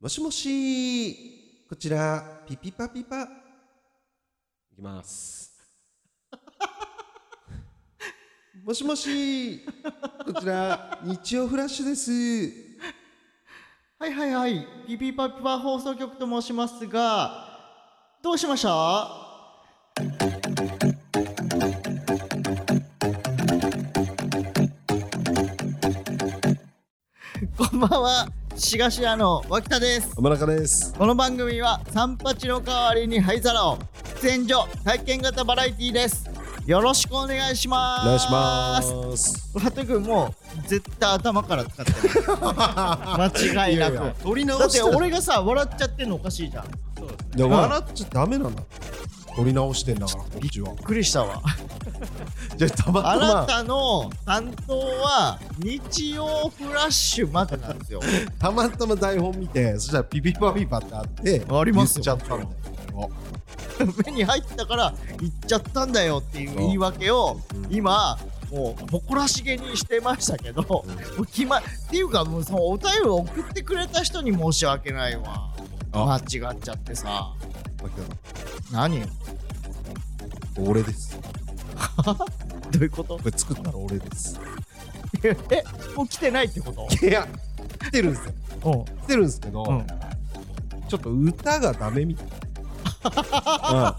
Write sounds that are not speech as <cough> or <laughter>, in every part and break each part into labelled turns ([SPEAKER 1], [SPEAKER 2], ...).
[SPEAKER 1] もしもしこちらピピパピパいきます <laughs> もしもしこちら日曜フラッシュです
[SPEAKER 2] はいはいはい。ピピパピパ放送局と申しますが、どうしました <laughs> はこんばんは。しがしらの脇田です。
[SPEAKER 1] 天中です
[SPEAKER 2] この番組は三八の代わりに灰皿を喫煙所体験型バラエティーです。よろしくお願いします。
[SPEAKER 1] お願いします
[SPEAKER 2] ハト君もう絶対頭から使って <laughs> る間違いなく
[SPEAKER 1] いやいや取り
[SPEAKER 2] だ
[SPEAKER 1] 直
[SPEAKER 2] って俺がさ笑っちゃってんのおかしいじゃんび
[SPEAKER 1] いや笑っちゃダメなんだ取り直してんだからこっちは
[SPEAKER 2] っくりしたわ
[SPEAKER 1] じゃあたま
[SPEAKER 2] あ
[SPEAKER 1] た
[SPEAKER 2] な
[SPEAKER 1] ま
[SPEAKER 2] たの担当は日曜フラッシュまでなんですよ
[SPEAKER 1] たまたま台本見てそしたらピピパピパってあって
[SPEAKER 2] ありますよ
[SPEAKER 1] 言っちゃったんだよ俺は
[SPEAKER 2] <laughs> 目に入ったから行っちゃったんだよっていう言い訳を今もう誇らしげにしてましたけど、もう決まっていうかもうそのお便りを送ってくれた人に申し訳ないわ間
[SPEAKER 1] あ
[SPEAKER 2] 違っちゃってさ
[SPEAKER 1] 牧田さ
[SPEAKER 2] 何ど
[SPEAKER 1] ん俺ですこ
[SPEAKER 2] ういうこと
[SPEAKER 1] れ作ったの俺です
[SPEAKER 2] えもう来てないってこと
[SPEAKER 1] いや来てるんですよ来てるんですけど、
[SPEAKER 2] うん
[SPEAKER 1] ちょっと歌がダメ <laughs> みたいな、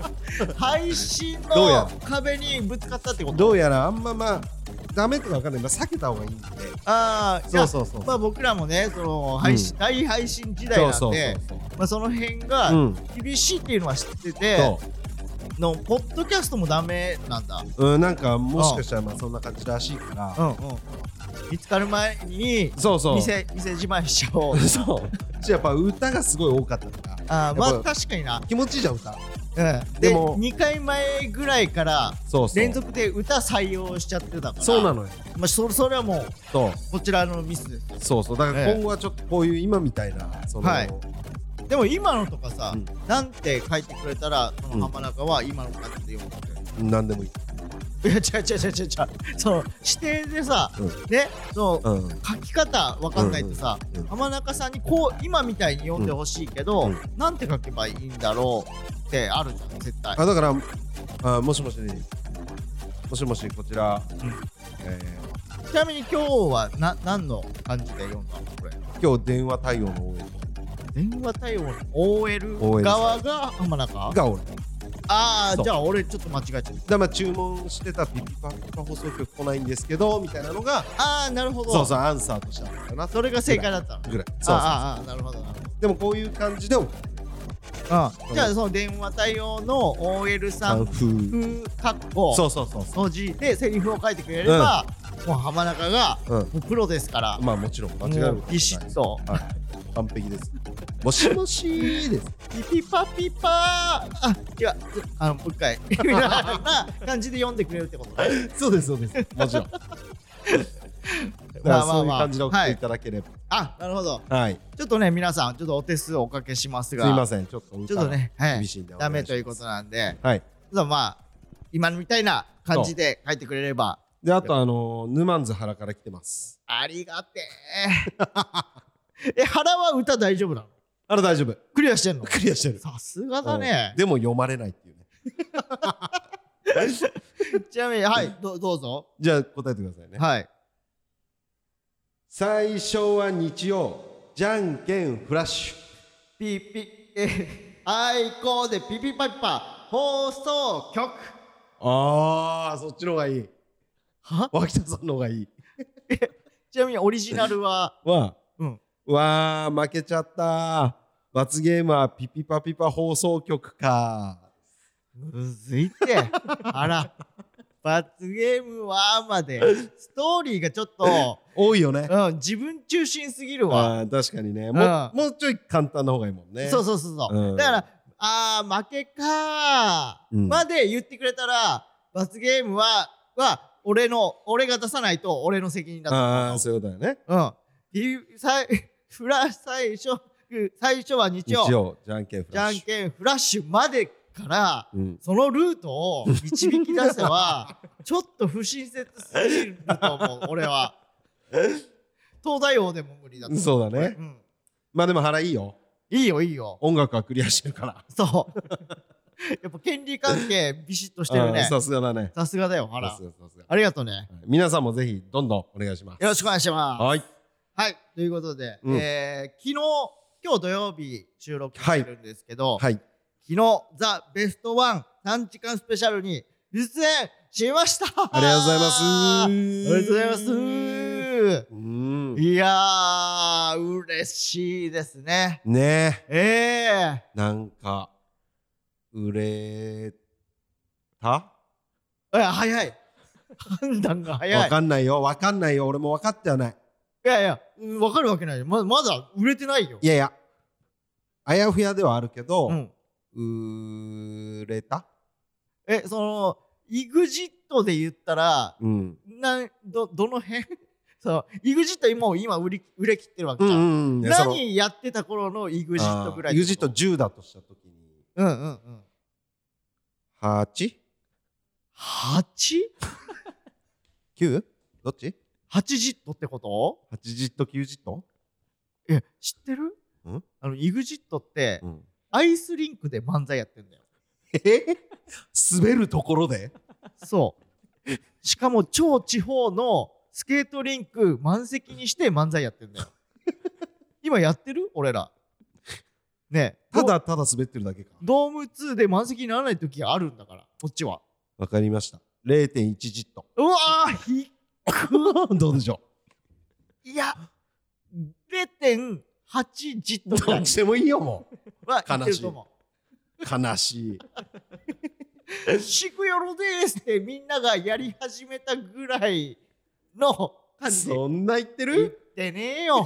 [SPEAKER 2] 配信
[SPEAKER 1] どうや
[SPEAKER 2] の壁にぶつかったってこ
[SPEAKER 1] うん
[SPEAKER 2] と
[SPEAKER 1] どうやらあんままあダメとかわかんない、まあ、避けた方がいいんで
[SPEAKER 2] ああ
[SPEAKER 1] そうそうそう
[SPEAKER 2] まあ僕らもねその配信、大配信時代なん
[SPEAKER 1] そ
[SPEAKER 2] で
[SPEAKER 1] うそうそう
[SPEAKER 2] まあ、その辺
[SPEAKER 1] そうう
[SPEAKER 2] が
[SPEAKER 1] ん
[SPEAKER 2] 厳しいっていうのは知ってて、
[SPEAKER 1] そ
[SPEAKER 2] のポッドキャストもダメなんだ
[SPEAKER 1] う、うん、なんかもしかしたらまあそんな感じらしいから、
[SPEAKER 2] んうん見つかる前に
[SPEAKER 1] そうそう
[SPEAKER 2] 店店じまいしちゃお
[SPEAKER 1] <laughs>
[SPEAKER 2] う
[SPEAKER 1] そうじゃあやっぱ歌がすごい多かったから
[SPEAKER 2] あーま
[SPEAKER 1] や
[SPEAKER 2] あ
[SPEAKER 1] っぱ
[SPEAKER 2] 確かにな、
[SPEAKER 1] 気持ちいいじゃん歌
[SPEAKER 2] うん、
[SPEAKER 1] で
[SPEAKER 2] で
[SPEAKER 1] も
[SPEAKER 2] 2回前ぐらいから
[SPEAKER 1] そうそう
[SPEAKER 2] 連続で歌採用しちゃってたから
[SPEAKER 1] そうなの
[SPEAKER 2] の、
[SPEAKER 1] よ
[SPEAKER 2] まあ、そそれはもう
[SPEAKER 1] そう
[SPEAKER 2] こちらのミスです
[SPEAKER 1] そうそうだか
[SPEAKER 2] え
[SPEAKER 1] ら
[SPEAKER 2] え
[SPEAKER 1] 今後はちょっとこういう今みたいなその、
[SPEAKER 2] はいでも今のとかさ、
[SPEAKER 1] うん
[SPEAKER 2] なんて書いてくれたらその浜中は今の感じで読むってくれる、
[SPEAKER 1] 何でもいい、
[SPEAKER 2] いや違う違う違う違う違うその指定でさ、
[SPEAKER 1] うん
[SPEAKER 2] ねその、
[SPEAKER 1] うん、
[SPEAKER 2] 書き方わかんないとさ、
[SPEAKER 1] うんうんうん
[SPEAKER 2] 浜中さんにこう今みたいに読んでほしいけど、
[SPEAKER 1] うん
[SPEAKER 2] なんて書けばいいんだろうってあるじゃん絶対
[SPEAKER 1] あだからあもしもしもしもしこちら、え
[SPEAKER 2] ちなみに今日はな何の感じで読んだのこ
[SPEAKER 1] ー
[SPEAKER 2] れ
[SPEAKER 1] 今日電話対応の応援
[SPEAKER 2] 電話対応の OL
[SPEAKER 1] OL
[SPEAKER 2] 側が浜中
[SPEAKER 1] が俺
[SPEAKER 2] あ
[SPEAKER 1] そ
[SPEAKER 2] あ
[SPEAKER 1] う
[SPEAKER 2] じゃあ俺ちょっと間違えちゃった
[SPEAKER 1] だまあ注文してたピピパピパ放送局来ないんですけどみたいなのが
[SPEAKER 2] ああなるほど
[SPEAKER 1] そうそうアンサーとしてあったかな
[SPEAKER 2] それが正解だったの
[SPEAKER 1] ぐらいそうそう
[SPEAKER 2] ああああなるほどなるほど
[SPEAKER 1] でもこういう感じでも
[SPEAKER 2] うんじゃあその電話対応の OL さん
[SPEAKER 1] 風
[SPEAKER 2] 風カッコ
[SPEAKER 1] そうそうそうそ
[SPEAKER 2] の字でセリフを書いてくれれば、もう浜中が
[SPEAKER 1] う、うん、
[SPEAKER 2] もうプロですから
[SPEAKER 1] まあもちろん間違えるこ
[SPEAKER 2] もう
[SPEAKER 1] とは
[SPEAKER 2] ビシッと
[SPEAKER 1] ない完璧ですもしもしです
[SPEAKER 2] ピピパピパーあ違うあのもう一回みたいな感じで読んでくれるってこと
[SPEAKER 1] <laughs>
[SPEAKER 2] ね
[SPEAKER 1] <laughs> そうですそうですもちろんだからそういう感じで送っていただければ
[SPEAKER 2] あなるほど
[SPEAKER 1] はい、
[SPEAKER 2] ちょっとね皆さんちょっとお手数をおかけします
[SPEAKER 1] すい
[SPEAKER 2] が
[SPEAKER 1] ませんちょっと歌
[SPEAKER 2] ちょっとねは
[SPEAKER 1] 厳
[SPEAKER 2] い
[SPEAKER 1] しいんでお願
[SPEAKER 2] ダ
[SPEAKER 1] いします
[SPEAKER 2] メということなんで
[SPEAKER 1] はい
[SPEAKER 2] ちょっとまあ今みたいな感じで書いてくれれば
[SPEAKER 1] であとあのー、沼津原から来てます
[SPEAKER 2] ありがて <laughs> ええ原は歌大丈夫なの
[SPEAKER 1] あら大丈夫
[SPEAKER 2] クリアしてんの
[SPEAKER 1] クリアしてる
[SPEAKER 2] さすがだね
[SPEAKER 1] うんでも読まれないっていうね <laughs>
[SPEAKER 2] ちなみにはいどどうぞ
[SPEAKER 1] じゃあ答えてくださいね
[SPEAKER 2] はい
[SPEAKER 1] 最初は日曜じゃんけんフラッシュ
[SPEAKER 2] ピピえあいこでピピパピパ放送局
[SPEAKER 1] あーそっちの方がいい
[SPEAKER 2] は
[SPEAKER 1] 脇田さんの方がいい
[SPEAKER 2] ちなみにオリジナルは
[SPEAKER 1] わ
[SPEAKER 2] うん
[SPEAKER 1] あわあ負けちゃった罰ゲームはピピパピパ放送局か
[SPEAKER 2] むずいって
[SPEAKER 1] <laughs>
[SPEAKER 2] あら罰ゲームはまでストーリーがちょっと、
[SPEAKER 1] 多いよね
[SPEAKER 2] うん、自分中心すぎるわ、
[SPEAKER 1] あー確かにね
[SPEAKER 2] あ
[SPEAKER 1] も
[SPEAKER 2] ー
[SPEAKER 1] うもうちょい簡単な方がいいもんね
[SPEAKER 2] そうそうそうそう、
[SPEAKER 1] うん
[SPEAKER 2] だからあー負けかー、
[SPEAKER 1] うん
[SPEAKER 2] まで言ってくれたら罰ゲームはは俺の俺が出さないと俺の責任だと思う
[SPEAKER 1] ああそういうことだよね
[SPEAKER 2] うん。いさい <laughs> フラ最初、最初は日
[SPEAKER 1] 日
[SPEAKER 2] 曜、
[SPEAKER 1] 曜じゃんけんフ
[SPEAKER 2] じ
[SPEAKER 1] ラ
[SPEAKER 2] ゃ
[SPEAKER 1] ッ
[SPEAKER 2] ん
[SPEAKER 1] シュ
[SPEAKER 2] けんフラッシュまでから、
[SPEAKER 1] うん
[SPEAKER 2] そのルートを導き出せば、
[SPEAKER 1] <laughs>
[SPEAKER 2] ちょっと不親切すぎると思う、俺は。東大王でも無理だと思う。
[SPEAKER 1] そうだね
[SPEAKER 2] うん。
[SPEAKER 1] まあでも腹いいよ
[SPEAKER 2] いいよいいよ
[SPEAKER 1] 音楽はクリアしてるから。
[SPEAKER 2] そう <laughs> やっぱ権利関係ビシッとしてる
[SPEAKER 1] うん
[SPEAKER 2] ね
[SPEAKER 1] さすがだね。
[SPEAKER 2] さすがだよあ
[SPEAKER 1] さ
[SPEAKER 2] ら
[SPEAKER 1] すがさすが。
[SPEAKER 2] ありがとうね
[SPEAKER 1] はい皆さんもぜひどんどんお願いします。
[SPEAKER 2] よろしくお願いします
[SPEAKER 1] はい。
[SPEAKER 2] はいということで、
[SPEAKER 1] うん
[SPEAKER 2] えー昨日今日土曜日収録してるんですけど、
[SPEAKER 1] はい。
[SPEAKER 2] 昨日ザ・ベストワン3時間スペシャルに出演しました
[SPEAKER 1] ありがとうございます。
[SPEAKER 2] ありがとうございま
[SPEAKER 1] う
[SPEAKER 2] す
[SPEAKER 1] ん。
[SPEAKER 2] いやー嬉しいですね
[SPEAKER 1] ねえ、
[SPEAKER 2] ええ
[SPEAKER 1] なんか、売れた
[SPEAKER 2] え早い判断が早
[SPEAKER 1] わ
[SPEAKER 2] いい
[SPEAKER 1] かんないよ。わかんないよ。俺もわかってはない。
[SPEAKER 2] やいやうんわかるわけないよままだ売れてないよ
[SPEAKER 1] いやいや、あやふやではあるけど
[SPEAKER 2] う、ん、
[SPEAKER 1] 売れた
[SPEAKER 2] えその EXIT で言ったら
[SPEAKER 1] うん。
[SPEAKER 2] なんどどの辺 <laughs> その EXIT もう今売り売れ切ってるわけ
[SPEAKER 1] うん
[SPEAKER 2] じゃ
[SPEAKER 1] う
[SPEAKER 2] ん、
[SPEAKER 1] んうん。
[SPEAKER 2] 何やってた頃の EXIT ぐらいってこと
[SPEAKER 1] EXIT10 だとしたときに、
[SPEAKER 2] うんうんうん。
[SPEAKER 1] 8?9?
[SPEAKER 2] 八
[SPEAKER 1] どっち
[SPEAKER 2] 八ジットってこと
[SPEAKER 1] ?8 ジット9ジット
[SPEAKER 2] え、知ってる
[SPEAKER 1] ん
[SPEAKER 2] あの、イグジットって、
[SPEAKER 1] うん。
[SPEAKER 2] アイスリンクで漫才やってんだよ。
[SPEAKER 1] え滑るところで
[SPEAKER 2] そう。しかも超地方のスケートリンク満席にして漫才やってんだ
[SPEAKER 1] <laughs>
[SPEAKER 2] よ。今やってる俺ら。ねえ
[SPEAKER 1] ただただ滑ってるだけか。
[SPEAKER 2] ドーム2で満席にならない時があるんだから、こっちは。
[SPEAKER 1] わかりました。0.1ジット。
[SPEAKER 2] うわーひっ
[SPEAKER 1] どうでしょ
[SPEAKER 2] いや、0.8ジッ
[SPEAKER 1] う
[SPEAKER 2] トぐらい
[SPEAKER 1] ちでもいいよ、もう。
[SPEAKER 2] は言ってると思う。
[SPEAKER 1] 悲しい。
[SPEAKER 2] シクヨロですってみんながやり始めたぐらいの感じで
[SPEAKER 1] そんな言って
[SPEAKER 2] 言っ
[SPEAKER 1] る
[SPEAKER 2] てねえよ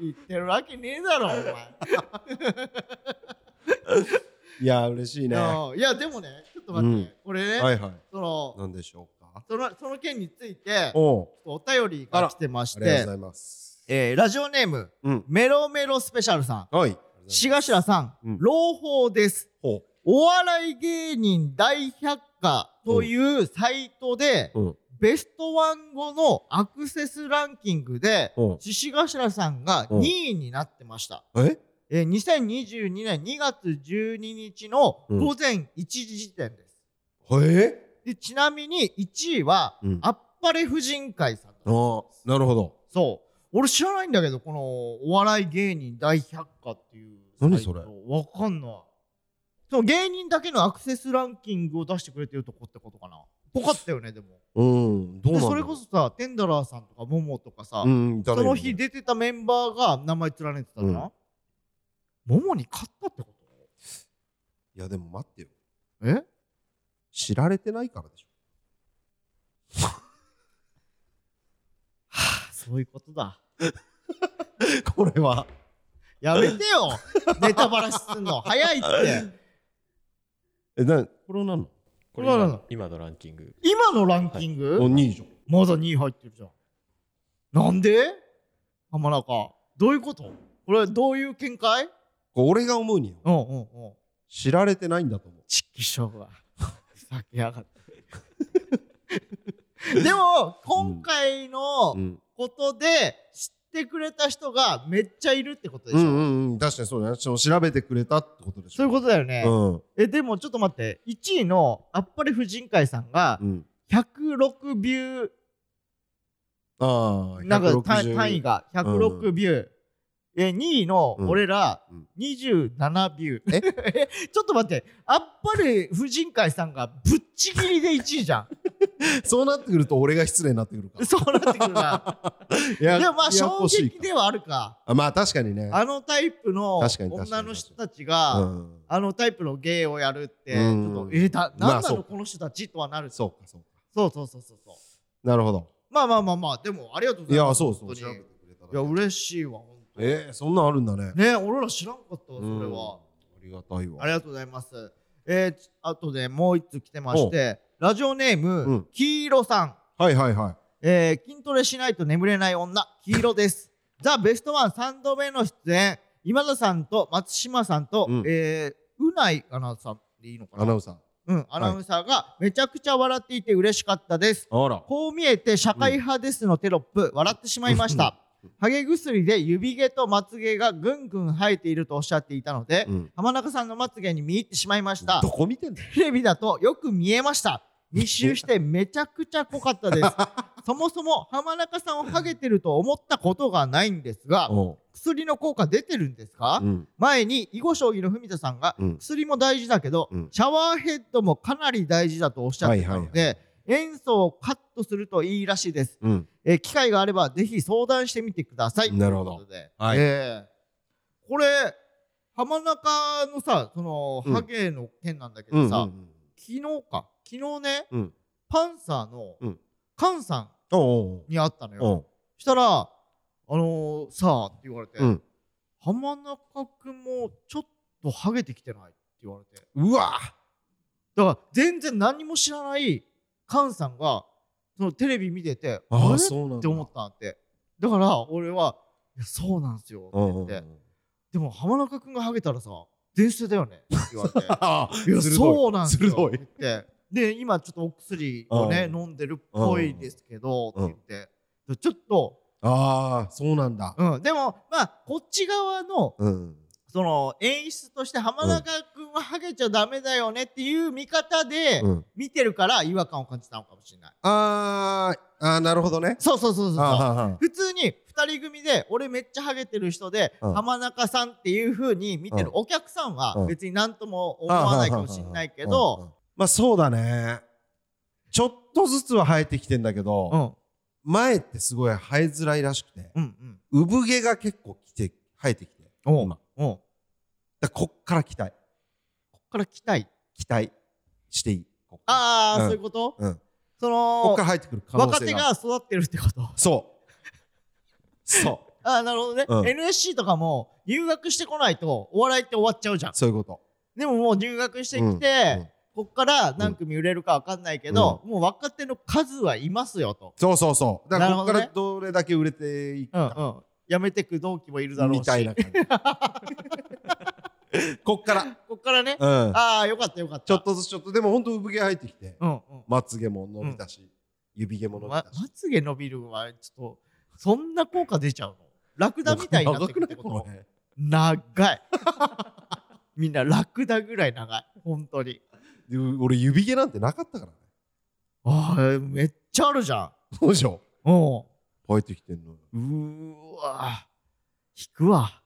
[SPEAKER 2] 言ってるわけねえだろお前
[SPEAKER 1] いや、嬉しいね。は
[SPEAKER 2] うんいやでもねちょっと待って、
[SPEAKER 1] うん
[SPEAKER 2] 俺
[SPEAKER 1] い
[SPEAKER 2] ね、
[SPEAKER 1] は
[SPEAKER 2] そ
[SPEAKER 1] い。
[SPEAKER 2] の
[SPEAKER 1] なんでしょうか
[SPEAKER 2] そのその件について
[SPEAKER 1] おお
[SPEAKER 2] お便り
[SPEAKER 1] あ
[SPEAKER 2] が
[SPEAKER 1] ら
[SPEAKER 2] 来てま
[SPEAKER 1] う。
[SPEAKER 2] し
[SPEAKER 1] ありがとうご
[SPEAKER 2] て
[SPEAKER 1] ざ、います。
[SPEAKER 2] えーラジオネーム
[SPEAKER 1] うん。
[SPEAKER 2] メロメロスペシャルさん
[SPEAKER 1] はい。
[SPEAKER 2] 志頭さん、
[SPEAKER 1] うん
[SPEAKER 2] 朗報です
[SPEAKER 1] ほ
[SPEAKER 2] お笑い芸人大百科というサイトで、
[SPEAKER 1] う。うん。
[SPEAKER 2] ベストワン後のアクセスランキングで、
[SPEAKER 1] うん
[SPEAKER 2] 獅子頭さんが
[SPEAKER 1] うん
[SPEAKER 2] 2位になってました。
[SPEAKER 1] え
[SPEAKER 2] えー2022年2月12日の
[SPEAKER 1] うん
[SPEAKER 2] 午前1時時点です。
[SPEAKER 1] え
[SPEAKER 2] でちなみに1位は、
[SPEAKER 1] うん
[SPEAKER 2] あっぱれ婦人会さんだ
[SPEAKER 1] ああ、なるほど。
[SPEAKER 2] そう。俺知らないんだけど、このお笑い芸人大百科っていう。
[SPEAKER 1] 何それ
[SPEAKER 2] わかんない。その芸人だけのアクセスランキングを出してくれてるとこってことかな。ぽかったよね、でも。
[SPEAKER 1] うん。どうな
[SPEAKER 2] で
[SPEAKER 1] んだろう
[SPEAKER 2] それこそ、さテンダラーさんとかモモとかさ、
[SPEAKER 1] うん、
[SPEAKER 2] その日
[SPEAKER 1] で。
[SPEAKER 2] 出てたメンバーが名前連ねてたじゃん、モモに勝ったってこ
[SPEAKER 1] いや、でも待ってよ。
[SPEAKER 2] とえ
[SPEAKER 1] 知られてないからでしょ。
[SPEAKER 2] そういうことだ
[SPEAKER 1] <laughs> これは。
[SPEAKER 2] やめてよネタバラしすんの早いって
[SPEAKER 1] え、な、これは何なの
[SPEAKER 3] これ今
[SPEAKER 2] うわらら
[SPEAKER 3] 今のランキング
[SPEAKER 2] 今のランキング、
[SPEAKER 1] お、2位じゃん。
[SPEAKER 2] まだ2位入ってるじゃんなんで浜中どういうことこれどういう見解
[SPEAKER 1] これ俺が思うによ
[SPEAKER 2] うんうんうん
[SPEAKER 1] 知られてないんだと思う。
[SPEAKER 2] ちきしょうがふざけやが
[SPEAKER 1] <laughs>
[SPEAKER 2] ってでも今回の、
[SPEAKER 1] うん。
[SPEAKER 2] ことで知ってくれた人がめっちゃいるってことで
[SPEAKER 1] う
[SPEAKER 2] しょ、
[SPEAKER 1] んうんうん。確かにそうだね。その調べてくれたってことでしょ。
[SPEAKER 2] そういうことだよね、
[SPEAKER 1] と。
[SPEAKER 2] えでもちょっと待って1位のあっぱれ婦人会さんが
[SPEAKER 1] うん。うん。
[SPEAKER 2] 106ビュ
[SPEAKER 1] ああ、
[SPEAKER 2] ーなんか単
[SPEAKER 1] 160
[SPEAKER 2] 単位が106ビュー、え2位の
[SPEAKER 1] うん
[SPEAKER 2] 俺ら
[SPEAKER 1] うん
[SPEAKER 2] 27ビュー、 <laughs> えちょっと待ってあっぱれ婦人会さんがぶっちぎりで1位
[SPEAKER 1] <laughs>
[SPEAKER 2] じゃ
[SPEAKER 1] そうなってくると俺が失礼になってくるか
[SPEAKER 2] <laughs> んそうなってくるな
[SPEAKER 1] いや
[SPEAKER 2] でもまあ
[SPEAKER 1] やや
[SPEAKER 2] 衝
[SPEAKER 1] こしい
[SPEAKER 2] 撃ではあるか
[SPEAKER 1] あまあ確かにね
[SPEAKER 2] あのタイプの
[SPEAKER 1] 確かに確かに
[SPEAKER 2] 女の人たちが、
[SPEAKER 1] うん、
[SPEAKER 2] あのタイプの芸をやるって、ち
[SPEAKER 1] うん
[SPEAKER 2] ょっと、えー、だ、
[SPEAKER 1] まあ
[SPEAKER 2] なんな
[SPEAKER 1] そう
[SPEAKER 2] のこの人たちとはなる。そう
[SPEAKER 1] そうかそうか
[SPEAKER 2] そうそうそうそう。
[SPEAKER 1] なるほど
[SPEAKER 2] まあまあまあまあ、でもありがとうご
[SPEAKER 1] い
[SPEAKER 2] ざい
[SPEAKER 1] や
[SPEAKER 2] ます。
[SPEAKER 1] そうそう
[SPEAKER 2] 本当
[SPEAKER 1] 調べ
[SPEAKER 2] に
[SPEAKER 1] て
[SPEAKER 2] い
[SPEAKER 1] くれた
[SPEAKER 2] や、
[SPEAKER 1] ら
[SPEAKER 2] 嬉しいわ、本当に。
[SPEAKER 1] えー、そんなんあるんだね
[SPEAKER 2] ね、俺ら知らんかったわ、それは。
[SPEAKER 1] うんありがたいわ
[SPEAKER 2] ありがとうございます。えー、ちあとでもう一つ来てまして、ラジオネーム、
[SPEAKER 1] うん
[SPEAKER 2] 黄色さん。
[SPEAKER 1] はいはいは
[SPEAKER 2] えー筋トレしないと眠れない女、黄
[SPEAKER 1] <laughs>
[SPEAKER 2] 色です。ザ・ベストワン3度目の出演、今田さんと松島さんと、
[SPEAKER 1] うん
[SPEAKER 2] えーうないアナウンサーでいいのか
[SPEAKER 1] いア
[SPEAKER 2] な
[SPEAKER 1] ナウンサ
[SPEAKER 2] うん、アナウンサーがめちゃくちゃ笑っていて嬉しかったです。
[SPEAKER 1] ーあら
[SPEAKER 2] こう見えて社会派ですのテロップ、笑ってしまいました。ハゲ薬で指毛とまつ毛がぐんぐん生えているとおっしゃっていたので、
[SPEAKER 1] うん
[SPEAKER 2] 浜中さんのまつ毛に見入ってしまいました
[SPEAKER 1] ど。こ見てんだよ
[SPEAKER 2] テレビだとよく見えました。密集してめちゃくちゃ濃かっ
[SPEAKER 1] <laughs>
[SPEAKER 2] たです。そもそも浜中さんをハゲてると思ったことがないんですが、
[SPEAKER 1] お
[SPEAKER 2] 薬の効果出てるんですか、
[SPEAKER 1] ううん
[SPEAKER 2] 前に囲碁将棋の文田さんが、
[SPEAKER 1] うん
[SPEAKER 2] 薬も大事だけど、
[SPEAKER 1] うん
[SPEAKER 2] シャワーヘッドもかなり大事だとおっしゃってたので、塩素をカットするといいらしいです。
[SPEAKER 1] うん
[SPEAKER 2] えー機会があればぜひ相談してみてください。
[SPEAKER 1] なるほど
[SPEAKER 2] ということで
[SPEAKER 1] はい
[SPEAKER 2] えーこれ浜中のさその、
[SPEAKER 1] うん
[SPEAKER 2] ハゲの件なんだけ
[SPEAKER 1] うんう
[SPEAKER 2] ど
[SPEAKER 1] ん
[SPEAKER 2] さ、
[SPEAKER 1] うん
[SPEAKER 2] 昨日か昨日ね、
[SPEAKER 1] うん
[SPEAKER 2] パンサーの、
[SPEAKER 1] うん
[SPEAKER 2] カンさ
[SPEAKER 1] お
[SPEAKER 2] んに会ったの
[SPEAKER 1] うおうお
[SPEAKER 2] よ。
[SPEAKER 1] う
[SPEAKER 2] したら「あのー、さあ」って言われて、
[SPEAKER 1] うん
[SPEAKER 2] 浜中君もちょっとハゲてきてないって言われて
[SPEAKER 1] うわ
[SPEAKER 2] だから全然何も知らないカンさんがそのテレビ見てて「
[SPEAKER 1] あ
[SPEAKER 2] あ
[SPEAKER 1] あ
[SPEAKER 2] れ
[SPEAKER 1] そうなんだ
[SPEAKER 2] って思ったんだってだから俺はいやそうなんすよって
[SPEAKER 1] うんう <laughs> んう
[SPEAKER 2] 言って
[SPEAKER 1] ん
[SPEAKER 2] でも浜中君がハゲたらさ伝説だよねって言わ
[SPEAKER 1] <laughs>
[SPEAKER 2] れて
[SPEAKER 1] ああ
[SPEAKER 2] いやそうなんすよ
[SPEAKER 1] 鋭
[SPEAKER 2] っ
[SPEAKER 1] い
[SPEAKER 2] て言ってで今ちょっとお薬をね
[SPEAKER 1] うん
[SPEAKER 2] 飲んでるっぽいですけどって
[SPEAKER 1] うん
[SPEAKER 2] 言ってでちょっと
[SPEAKER 1] ああそうなんだ
[SPEAKER 2] うんでもまあこっち側の
[SPEAKER 1] うん
[SPEAKER 2] その演出として浜中君はハゲちゃダメだよねっていう見方で
[SPEAKER 1] うん
[SPEAKER 2] 見てるから違和感を感じたのかもしれない
[SPEAKER 1] あーあーなるほどね
[SPEAKER 2] そうそうそうそうそう
[SPEAKER 1] あ
[SPEAKER 2] 普通に2人組で俺めっちゃハゲてる人で、
[SPEAKER 1] うん
[SPEAKER 2] 浜中さんっていう風に見てる
[SPEAKER 1] うん
[SPEAKER 2] お客さん
[SPEAKER 1] う
[SPEAKER 2] は
[SPEAKER 1] ん
[SPEAKER 2] 別に何とも思
[SPEAKER 1] ーはーはーはー
[SPEAKER 2] わないかもしんないけ
[SPEAKER 1] うんう
[SPEAKER 2] ど
[SPEAKER 1] んまあそうだねちょっとずつは生えてきてんだけ
[SPEAKER 2] う
[SPEAKER 1] ど
[SPEAKER 2] ん
[SPEAKER 1] 前ってすごい生えづらいらしくて
[SPEAKER 2] うん
[SPEAKER 1] 産毛が結構きて生えてきて
[SPEAKER 2] うんおう
[SPEAKER 1] 今
[SPEAKER 2] おう
[SPEAKER 1] だからこっから期待
[SPEAKER 2] こっから来たい
[SPEAKER 1] 期待していいこっから
[SPEAKER 2] ああ、
[SPEAKER 1] うん
[SPEAKER 2] そういうこと
[SPEAKER 1] うんこ
[SPEAKER 2] そ
[SPEAKER 1] っ
[SPEAKER 2] の
[SPEAKER 1] から生えてくる可能
[SPEAKER 2] 若
[SPEAKER 1] 性
[SPEAKER 2] 手
[SPEAKER 1] が
[SPEAKER 2] が育ってるってこと
[SPEAKER 1] そうそう
[SPEAKER 2] ああなるほどね、
[SPEAKER 1] うん
[SPEAKER 2] NSC とかも入学してこないとお笑いって終わっちゃ <laughs> うじゃん
[SPEAKER 1] そういうこと
[SPEAKER 2] でももう入学してきて、こっから何組売れるか分かんないけど、もう若手の数はいますよと、
[SPEAKER 1] そうそうそうだからこっか
[SPEAKER 2] な
[SPEAKER 1] ら
[SPEAKER 2] る
[SPEAKER 1] どれだけ売れていく
[SPEAKER 2] うんう
[SPEAKER 1] か
[SPEAKER 2] ん、辞めてく同期もいるだろうし
[SPEAKER 1] みたいな
[SPEAKER 2] <laughs>
[SPEAKER 1] 感じこっか
[SPEAKER 2] こっからね、
[SPEAKER 1] らうん
[SPEAKER 2] ああよかったよかった
[SPEAKER 1] ちょっとずつちょっとでもほんと産毛生えてきて
[SPEAKER 2] うんう
[SPEAKER 1] まつげも伸びたし指毛も
[SPEAKER 2] ん
[SPEAKER 1] 伸び
[SPEAKER 2] ま
[SPEAKER 1] たし
[SPEAKER 2] まつげ伸びるはちょっとそんな効果出ちゃうのラクダみたいになってくるってこと
[SPEAKER 1] ね
[SPEAKER 2] 長い <laughs> みんなラクダぐらい長い本当に
[SPEAKER 1] で俺指毛なんてなかったからね
[SPEAKER 2] ああめっちゃあるじゃ
[SPEAKER 1] どうでしょ
[SPEAKER 2] んうん
[SPEAKER 1] う生えてきてんのよ
[SPEAKER 2] うーわ引くわ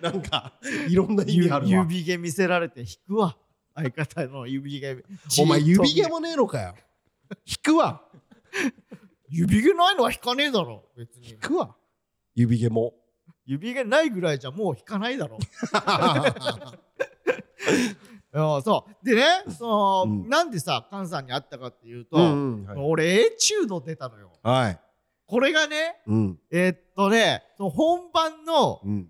[SPEAKER 1] なんかいろんな意味あるわ
[SPEAKER 2] 指毛見せられて引くわ相方の指毛
[SPEAKER 1] お前
[SPEAKER 2] じーっと見
[SPEAKER 1] 指毛もねえのかよ引くわ
[SPEAKER 2] 指毛ないのは引かねえだろ別に
[SPEAKER 1] 引くわ指毛も
[SPEAKER 2] 指毛ないぐらいじゃもう引かな
[SPEAKER 1] <laughs>
[SPEAKER 2] いだろうんそうでねその、
[SPEAKER 1] うん
[SPEAKER 2] なんでさ菅さんに会ったかっていうと、
[SPEAKER 1] うんうんはい
[SPEAKER 2] 俺エチュード出たのよ
[SPEAKER 1] はい
[SPEAKER 2] これがね
[SPEAKER 1] うん
[SPEAKER 2] えーっとねその本番の
[SPEAKER 1] うん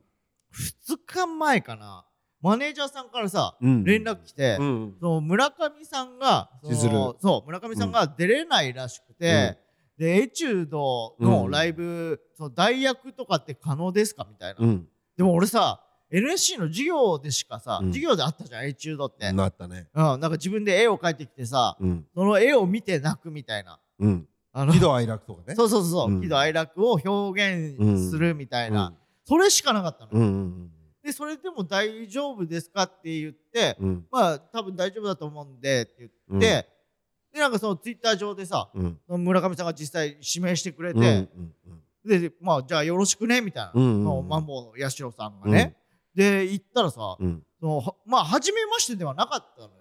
[SPEAKER 2] 2日前かなマネージャーさんからさ
[SPEAKER 1] うん
[SPEAKER 2] 連絡来て、
[SPEAKER 1] うん
[SPEAKER 2] その村上さんがその
[SPEAKER 1] 千鶴
[SPEAKER 2] そう村上さんが出れないらしくて、でエチュードのライブ、その代役とかって可能ですかみたいな、
[SPEAKER 1] うん
[SPEAKER 2] でも俺さ NSC の授業でしかさ、
[SPEAKER 1] うん
[SPEAKER 2] 授業であったじゃんエチュードって、
[SPEAKER 1] なったね
[SPEAKER 2] うん、なんか自分で絵を描いてきてさ、
[SPEAKER 1] うん
[SPEAKER 2] その絵を見て泣くみたいな。
[SPEAKER 1] うん
[SPEAKER 2] あの
[SPEAKER 1] 喜怒哀楽とかね
[SPEAKER 2] そうそうそう、
[SPEAKER 1] うん
[SPEAKER 2] 喜怒哀楽を表現するみたいな、それしかなかったの、
[SPEAKER 1] うんうん
[SPEAKER 2] でそれでも大丈夫ですかって言って、
[SPEAKER 1] うんうん
[SPEAKER 2] まあ多分大丈夫だと思うんでって言って、
[SPEAKER 1] うん
[SPEAKER 2] でなんかそのツイッター上でさ
[SPEAKER 1] うん
[SPEAKER 2] 村上さんが実際指名してくれ
[SPEAKER 1] うんう
[SPEAKER 2] て、
[SPEAKER 1] んうん
[SPEAKER 2] でまあじゃあよろしくねみたいな、
[SPEAKER 1] うんうんうん
[SPEAKER 2] のマンボウ八代さんがね、で行ったらさ、
[SPEAKER 1] うん
[SPEAKER 2] そのはまあ初めましてではなかったのよ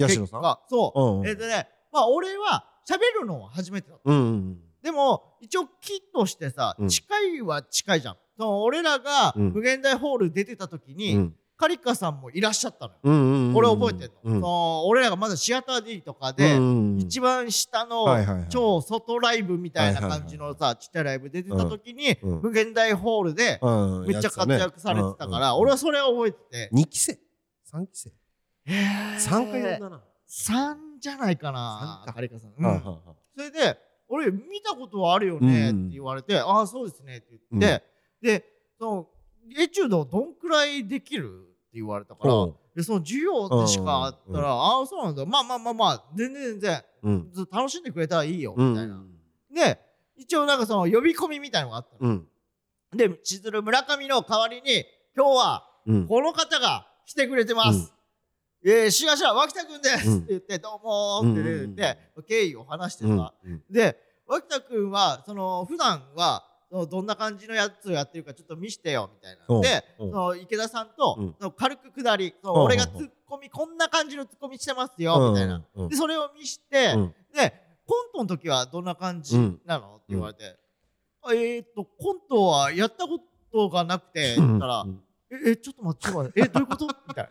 [SPEAKER 1] 八代さん
[SPEAKER 2] 結果そう、
[SPEAKER 1] うんうん
[SPEAKER 2] えっ、とね、まあ俺は喋るのは初めてだった。
[SPEAKER 1] うんうん
[SPEAKER 2] でも、一応木としてさ、
[SPEAKER 1] うん
[SPEAKER 2] 近いは近いじゃん。その俺らが
[SPEAKER 1] うん
[SPEAKER 2] 無限大ホール出てた時
[SPEAKER 1] う
[SPEAKER 2] に、
[SPEAKER 1] ん
[SPEAKER 2] カリカさんもいらっしゃったのよ。
[SPEAKER 1] うんうんうん
[SPEAKER 2] 俺覚えてんの,、
[SPEAKER 1] うん
[SPEAKER 2] その。俺らがまだシアター D とかで、
[SPEAKER 1] うん
[SPEAKER 2] 一番下の
[SPEAKER 1] はいはいはい
[SPEAKER 2] 超外ライブみたいな感じのさ、ちっちゃいライブ出てた時に、
[SPEAKER 1] うん
[SPEAKER 2] 無限大ホールで、
[SPEAKER 1] うん
[SPEAKER 2] めっちゃ活躍されてたから、俺はそれを覚えてて。
[SPEAKER 1] 2期生3期生3回
[SPEAKER 2] だ
[SPEAKER 1] 呼んだな
[SPEAKER 2] 3じゃないかな
[SPEAKER 1] 三、か
[SPEAKER 2] カリカさん。
[SPEAKER 1] うん
[SPEAKER 2] うんそれで「俺見たことはあるよ
[SPEAKER 1] う
[SPEAKER 2] ね」って
[SPEAKER 1] ん
[SPEAKER 2] 言われて「ああそうですね」って言って、でその「エチュードどんくらいできる?」って言われたから、
[SPEAKER 1] うん
[SPEAKER 2] でその授業でしかあったら「
[SPEAKER 1] うん
[SPEAKER 2] ああそうなんだまあまあまあまあ全然全然
[SPEAKER 1] うん
[SPEAKER 2] ず楽しんでくれたらいいよ」
[SPEAKER 1] うん
[SPEAKER 2] みたいな。で一応なんかその呼び込みみたいのがあったの。
[SPEAKER 1] うん。
[SPEAKER 2] で、千鶴村上の代わりに、今日は
[SPEAKER 1] うん。
[SPEAKER 2] この方が来てくれてます。えー、志賀社、脇田君です、
[SPEAKER 1] うん
[SPEAKER 2] って言って、どうもーって言って、経緯を話して
[SPEAKER 1] う
[SPEAKER 2] た。
[SPEAKER 1] ん。うん
[SPEAKER 2] で、脇田君は、その、普段は、そのどんな感じのやつをやってるかちょっと見してよ、みたいな。で、
[SPEAKER 1] うん
[SPEAKER 2] その池田さんと、
[SPEAKER 1] うん
[SPEAKER 2] その軽く下り、そ
[SPEAKER 1] うん
[SPEAKER 2] の俺がツッコミ、こんな感じのツッコミしてますよ、みたいな。。
[SPEAKER 1] うん
[SPEAKER 2] で、それを見して、
[SPEAKER 1] うん
[SPEAKER 2] で、コントの時はどんな感じなの、って言われて、あえーっと、コントはやったことがなくて、言ったら
[SPEAKER 1] う、ん
[SPEAKER 2] え、え、ちょっと待って、ちょっと待って、え、どういうことみたいな。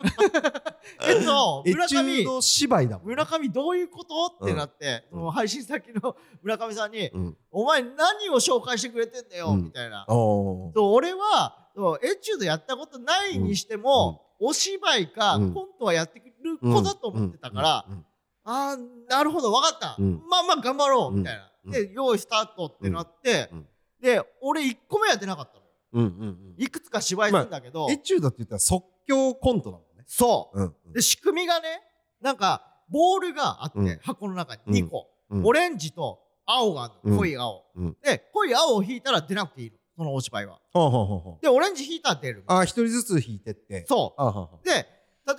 [SPEAKER 2] <laughs> えっと、村
[SPEAKER 1] エチュー
[SPEAKER 2] 上、
[SPEAKER 1] ド芝居だもんね。
[SPEAKER 2] 村上どういうことってなって、
[SPEAKER 1] うん
[SPEAKER 2] その配信先の村上さんに、
[SPEAKER 1] うん。
[SPEAKER 2] お前何を紹介してくれてんだよ、
[SPEAKER 1] うん
[SPEAKER 2] みたいな。
[SPEAKER 1] おー
[SPEAKER 2] そう俺は、そうエチュードやったことないにしても、お芝居か、
[SPEAKER 1] うん
[SPEAKER 2] コントはやってくる子だと思ってたから、
[SPEAKER 1] うん
[SPEAKER 2] あーなるほど分かった、
[SPEAKER 1] うん
[SPEAKER 2] まあまあ頑張ろうみたいな、
[SPEAKER 1] うん
[SPEAKER 2] で用意スタートってなって、
[SPEAKER 1] うんうん
[SPEAKER 2] で俺1個目やってなかったの
[SPEAKER 1] うんうんうん
[SPEAKER 2] いくつか芝居するんだけど、
[SPEAKER 1] うん。エチュードって言ったら即興コントだもんね。
[SPEAKER 2] そう
[SPEAKER 1] うん
[SPEAKER 2] で仕組みがねなんかボールがあって、
[SPEAKER 1] うん
[SPEAKER 2] 箱の中
[SPEAKER 1] うん
[SPEAKER 2] に2個、
[SPEAKER 1] うん
[SPEAKER 2] オレンジと青がある
[SPEAKER 1] う
[SPEAKER 2] の
[SPEAKER 1] ん
[SPEAKER 2] 濃い青、
[SPEAKER 1] うん
[SPEAKER 2] で濃い青を引いたら出なくていいのそのお芝居は
[SPEAKER 1] ほうほうほうほう
[SPEAKER 2] でオレンジ引いたら出る
[SPEAKER 1] あー、一人ずつ引いてって。
[SPEAKER 2] そ
[SPEAKER 1] あーはは
[SPEAKER 2] うで例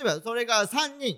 [SPEAKER 2] えばそれが3人、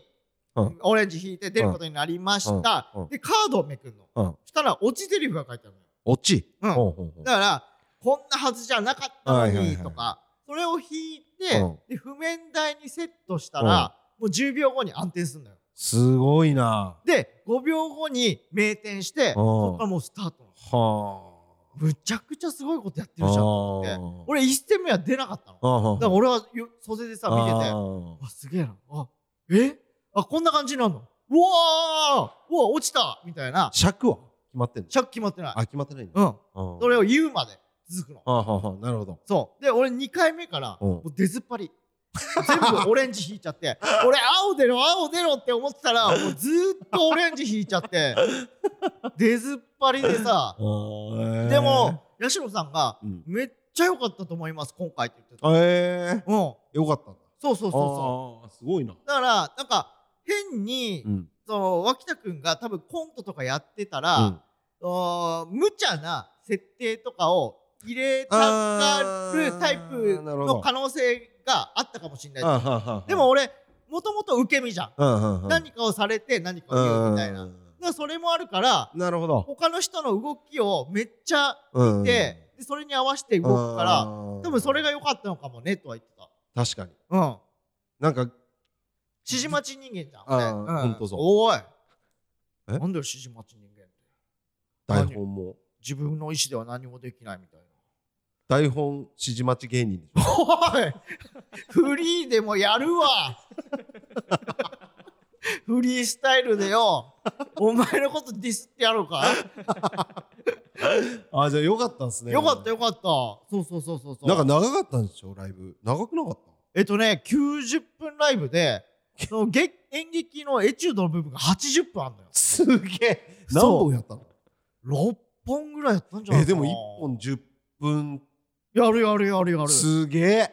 [SPEAKER 1] うん
[SPEAKER 2] オレンジ引いて出ることになりました、
[SPEAKER 1] うんうん
[SPEAKER 2] でカードをめくるの、
[SPEAKER 1] うん
[SPEAKER 2] そしたら落ち台詞が書いてあるのよ
[SPEAKER 1] 落ち。
[SPEAKER 2] うん
[SPEAKER 1] ほうほうほう
[SPEAKER 2] だからこんなはずじゃなかったのにとか、それを引いて、
[SPEAKER 1] うん
[SPEAKER 2] で譜面台にセットしたら、もう10秒後に暗転するのよ
[SPEAKER 1] すごいな。
[SPEAKER 2] で5秒後に名店して
[SPEAKER 1] うん
[SPEAKER 2] そっからもうスタート
[SPEAKER 1] は
[SPEAKER 2] むちゃくちゃすごいことやって
[SPEAKER 1] あ。
[SPEAKER 2] るじゃん
[SPEAKER 1] あ
[SPEAKER 2] て
[SPEAKER 1] ー
[SPEAKER 2] 俺1戦目は出なかったのだ
[SPEAKER 1] あーはは
[SPEAKER 2] から俺はよ蘇生でさ見ててあ
[SPEAKER 1] あ
[SPEAKER 2] すげえなあえあこんな感じになるのうわーうわ落ちたみたい
[SPEAKER 1] ー
[SPEAKER 2] な
[SPEAKER 1] 尺は決まってんの
[SPEAKER 2] 尺決まってない
[SPEAKER 1] あ、決まってないんだ。
[SPEAKER 2] うん
[SPEAKER 1] うん
[SPEAKER 2] それを言うまで続くの
[SPEAKER 1] はあはあはあなるほど。
[SPEAKER 2] そうで俺2回目から
[SPEAKER 1] うん
[SPEAKER 2] もう出ずっぱり全部オレンジ引いちゃって <laughs> 俺青出ろ青出ろって思ってたらもうずーっとオレンジ引いちゃって出ずっぱりでさで
[SPEAKER 1] で
[SPEAKER 2] も、、八代さんが、
[SPEAKER 1] うん
[SPEAKER 2] めっちゃ良かったと思います、今回って言ってた。
[SPEAKER 1] え
[SPEAKER 2] うん。
[SPEAKER 1] ー、よかったんだ。
[SPEAKER 2] そうそうそうそ
[SPEAKER 1] あーすごいな。
[SPEAKER 2] う。だから、なんか、変に、
[SPEAKER 1] うん。
[SPEAKER 2] その、脇田くんが多分コントとかやってたら、
[SPEAKER 1] うん
[SPEAKER 2] あー無茶な設定とかを入れた
[SPEAKER 1] あ
[SPEAKER 2] が
[SPEAKER 1] ー
[SPEAKER 2] るタイプ
[SPEAKER 1] なるほ
[SPEAKER 2] の
[SPEAKER 1] ど
[SPEAKER 2] 可能性があったかもしれ
[SPEAKER 1] あ
[SPEAKER 2] ない。
[SPEAKER 1] ははは
[SPEAKER 2] でも、俺、もともと受け身じゃん。
[SPEAKER 1] うんうんうん
[SPEAKER 2] 何かをされて何かを言うみたいな。だ
[SPEAKER 1] う
[SPEAKER 2] か
[SPEAKER 1] ん
[SPEAKER 2] らそれもあるから、
[SPEAKER 1] なるほど。
[SPEAKER 2] 他の人の動きをめっちゃ
[SPEAKER 1] うん
[SPEAKER 2] ででそれに合わせて動くから
[SPEAKER 1] ら
[SPEAKER 2] 多分それが良かったのかもねとは言ってた
[SPEAKER 1] 確かに。
[SPEAKER 2] うん
[SPEAKER 1] なんか、
[SPEAKER 2] 指示待ち人間じゃん
[SPEAKER 1] あー
[SPEAKER 2] 俺
[SPEAKER 1] ほんとそう
[SPEAKER 2] おい
[SPEAKER 1] え
[SPEAKER 2] なんだよ指示待ち人間って
[SPEAKER 1] 台本も、
[SPEAKER 2] 自分の意思では何もできないみたいな
[SPEAKER 1] 台本指示待ち芸人でし
[SPEAKER 2] おいフリーでもやる
[SPEAKER 1] <laughs>
[SPEAKER 2] わフリースタイルでよお前のことディスってやろうか
[SPEAKER 1] ょ。あーじゃあよかったんですね。
[SPEAKER 2] よかったよかったそうそうそうそうそう
[SPEAKER 1] なんか長かったんでしょ、ライブ。長くなかっ
[SPEAKER 2] えっとね90分ライ
[SPEAKER 1] <laughs>
[SPEAKER 2] ブでその劇演劇のエチュードの部分が80分あんのよ
[SPEAKER 1] たすげえ。何
[SPEAKER 2] そう
[SPEAKER 1] 本やったの
[SPEAKER 2] 6本ぐらいやったんじゃな
[SPEAKER 1] え
[SPEAKER 2] い
[SPEAKER 1] ー、
[SPEAKER 2] か
[SPEAKER 1] で
[SPEAKER 2] な
[SPEAKER 1] も1本10分。
[SPEAKER 2] やるやるやるやる
[SPEAKER 1] すげえ。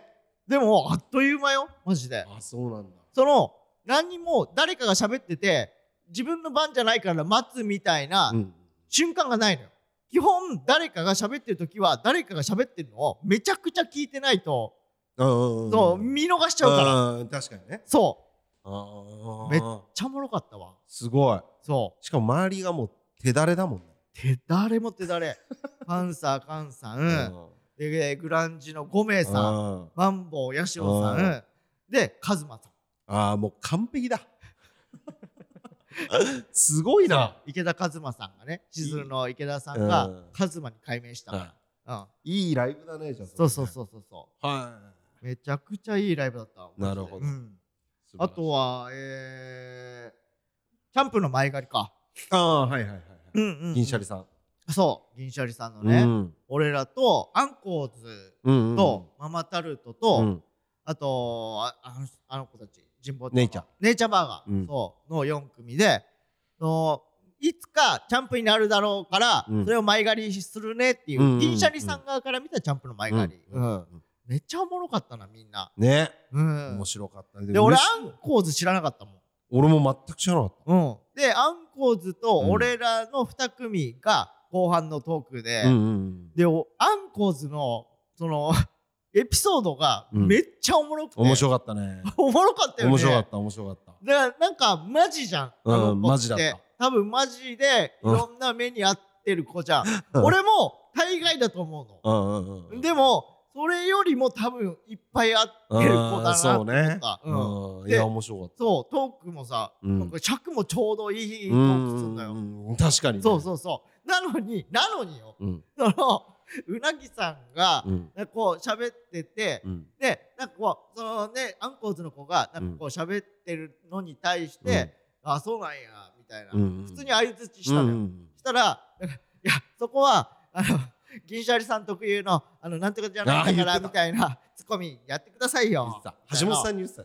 [SPEAKER 2] でもあっという間よマジで
[SPEAKER 1] あ、そうなんだ。
[SPEAKER 2] その何にも誰かが喋ってて自分の番じゃないから待つみたいな
[SPEAKER 1] うん。
[SPEAKER 2] 瞬間がないのよ基本誰かが喋ってる時は誰かが喋ってるのをめちゃくちゃ聞いてないと
[SPEAKER 1] うん
[SPEAKER 2] そう見逃しちゃうから
[SPEAKER 1] うん確かにね。
[SPEAKER 2] そう
[SPEAKER 1] あ
[SPEAKER 2] めっ
[SPEAKER 1] あ。
[SPEAKER 2] めっちゃおもろかったわ
[SPEAKER 1] すごい。
[SPEAKER 2] そう
[SPEAKER 1] しかも周りがもう手だれだもんね。
[SPEAKER 2] 手誰も
[SPEAKER 1] <laughs>
[SPEAKER 2] 手誰パンサーカンさん、ででグランジの5名
[SPEAKER 1] う
[SPEAKER 2] さん
[SPEAKER 1] ん。
[SPEAKER 2] マンボウ八代さん、
[SPEAKER 1] う
[SPEAKER 2] でカズマさん
[SPEAKER 1] ああ、もう完璧だ。 <laughs> すごいな。
[SPEAKER 2] 池田一馬さんがねしずるの池田さん
[SPEAKER 1] う
[SPEAKER 2] が
[SPEAKER 1] ん
[SPEAKER 2] 一馬に改名した
[SPEAKER 1] は
[SPEAKER 2] から、
[SPEAKER 1] いいいライブだね、じゃ
[SPEAKER 2] う
[SPEAKER 1] あ。
[SPEAKER 2] ん、そうそう
[SPEAKER 1] う。
[SPEAKER 2] そうそうそ
[SPEAKER 1] は
[SPEAKER 2] うめちゃくちゃいいライブだった
[SPEAKER 1] なるほど
[SPEAKER 2] うん
[SPEAKER 1] い。
[SPEAKER 2] あと
[SPEAKER 1] は。
[SPEAKER 2] はえー、キャンプの前借りか
[SPEAKER 1] ああ、はいはいはいは
[SPEAKER 2] んう
[SPEAKER 1] い。銀シャリさん。
[SPEAKER 2] んそう銀シャリさんの
[SPEAKER 1] う
[SPEAKER 2] ね、
[SPEAKER 1] ん
[SPEAKER 2] 俺らとアンコーズ
[SPEAKER 1] うんうん。
[SPEAKER 2] と、ママタルトと、
[SPEAKER 1] うん。
[SPEAKER 2] あとああのあの子たち神保町の
[SPEAKER 1] 姉ちゃん
[SPEAKER 2] 姉ちゃんバーガー、
[SPEAKER 1] うん
[SPEAKER 2] そうの4組でそのいつかチャンプになるだろうから、
[SPEAKER 1] うん
[SPEAKER 2] それを前借りするねってい
[SPEAKER 1] う
[SPEAKER 2] う、
[SPEAKER 1] んうんうん
[SPEAKER 2] 銀シャリさん側から見たチャンプの前借り、
[SPEAKER 1] うん
[SPEAKER 2] うんめっちゃおもろかったなみんな、
[SPEAKER 1] ね。
[SPEAKER 2] うん
[SPEAKER 1] 面、白かった。
[SPEAKER 2] で俺ア
[SPEAKER 1] 嬉し
[SPEAKER 2] ンコーズ知らなかったもん
[SPEAKER 1] 俺も全く知らなかっ
[SPEAKER 2] うん、でアンコーズと俺らの2組が後半のトークで、
[SPEAKER 1] うんうん
[SPEAKER 2] でおアンコーズのその <laughs> エピソードが
[SPEAKER 1] うん
[SPEAKER 2] めっちゃおもろくて、
[SPEAKER 1] 面白かった <laughs> ね
[SPEAKER 2] おもろかったよね
[SPEAKER 1] 面白かった面白かった
[SPEAKER 2] だからなんかマジじゃん、
[SPEAKER 1] うん
[SPEAKER 2] あの子って
[SPEAKER 1] マジだった
[SPEAKER 2] 多分マジでい
[SPEAKER 1] うん
[SPEAKER 2] ろんな目に合ってる子じゃん、
[SPEAKER 1] うん
[SPEAKER 2] 俺も大概だと思う
[SPEAKER 1] うんうんう
[SPEAKER 2] の
[SPEAKER 1] ん
[SPEAKER 2] でもそれよりも多分いっぱい合 <laughs> ってる子だな
[SPEAKER 1] あー
[SPEAKER 2] って
[SPEAKER 1] そう
[SPEAKER 2] 思
[SPEAKER 1] ね
[SPEAKER 2] ったう、ん、
[SPEAKER 1] うん、いや面白かった
[SPEAKER 2] そうトークもさ、
[SPEAKER 1] うん
[SPEAKER 2] なんか尺もちょうどいいト
[SPEAKER 1] う
[SPEAKER 2] ー
[SPEAKER 1] ん
[SPEAKER 2] ク
[SPEAKER 1] う
[SPEAKER 2] すん
[SPEAKER 1] ん
[SPEAKER 2] だよ、
[SPEAKER 1] うん確かにね
[SPEAKER 2] そうそうそうなのに <laughs> なのによ
[SPEAKER 1] うん
[SPEAKER 2] そのうなぎさんが、
[SPEAKER 1] うん
[SPEAKER 2] なんかこう喋ってて、
[SPEAKER 1] うん
[SPEAKER 2] でなんかこうそのねアンコーズの子がなんかこう喋ってるのに対して、あそうなんやみたいな、
[SPEAKER 1] うん
[SPEAKER 2] 普通に相づちしたのよ、
[SPEAKER 1] うんうん
[SPEAKER 2] したらなんかいやそこはあの銀シャリさん特有のあのなんとかじゃないんだか
[SPEAKER 1] あ
[SPEAKER 2] ら
[SPEAKER 1] ー言
[SPEAKER 2] み
[SPEAKER 1] って
[SPEAKER 2] たいなツッコミやってください
[SPEAKER 1] 言っ
[SPEAKER 2] よ
[SPEAKER 1] てた橋本さんに言ってた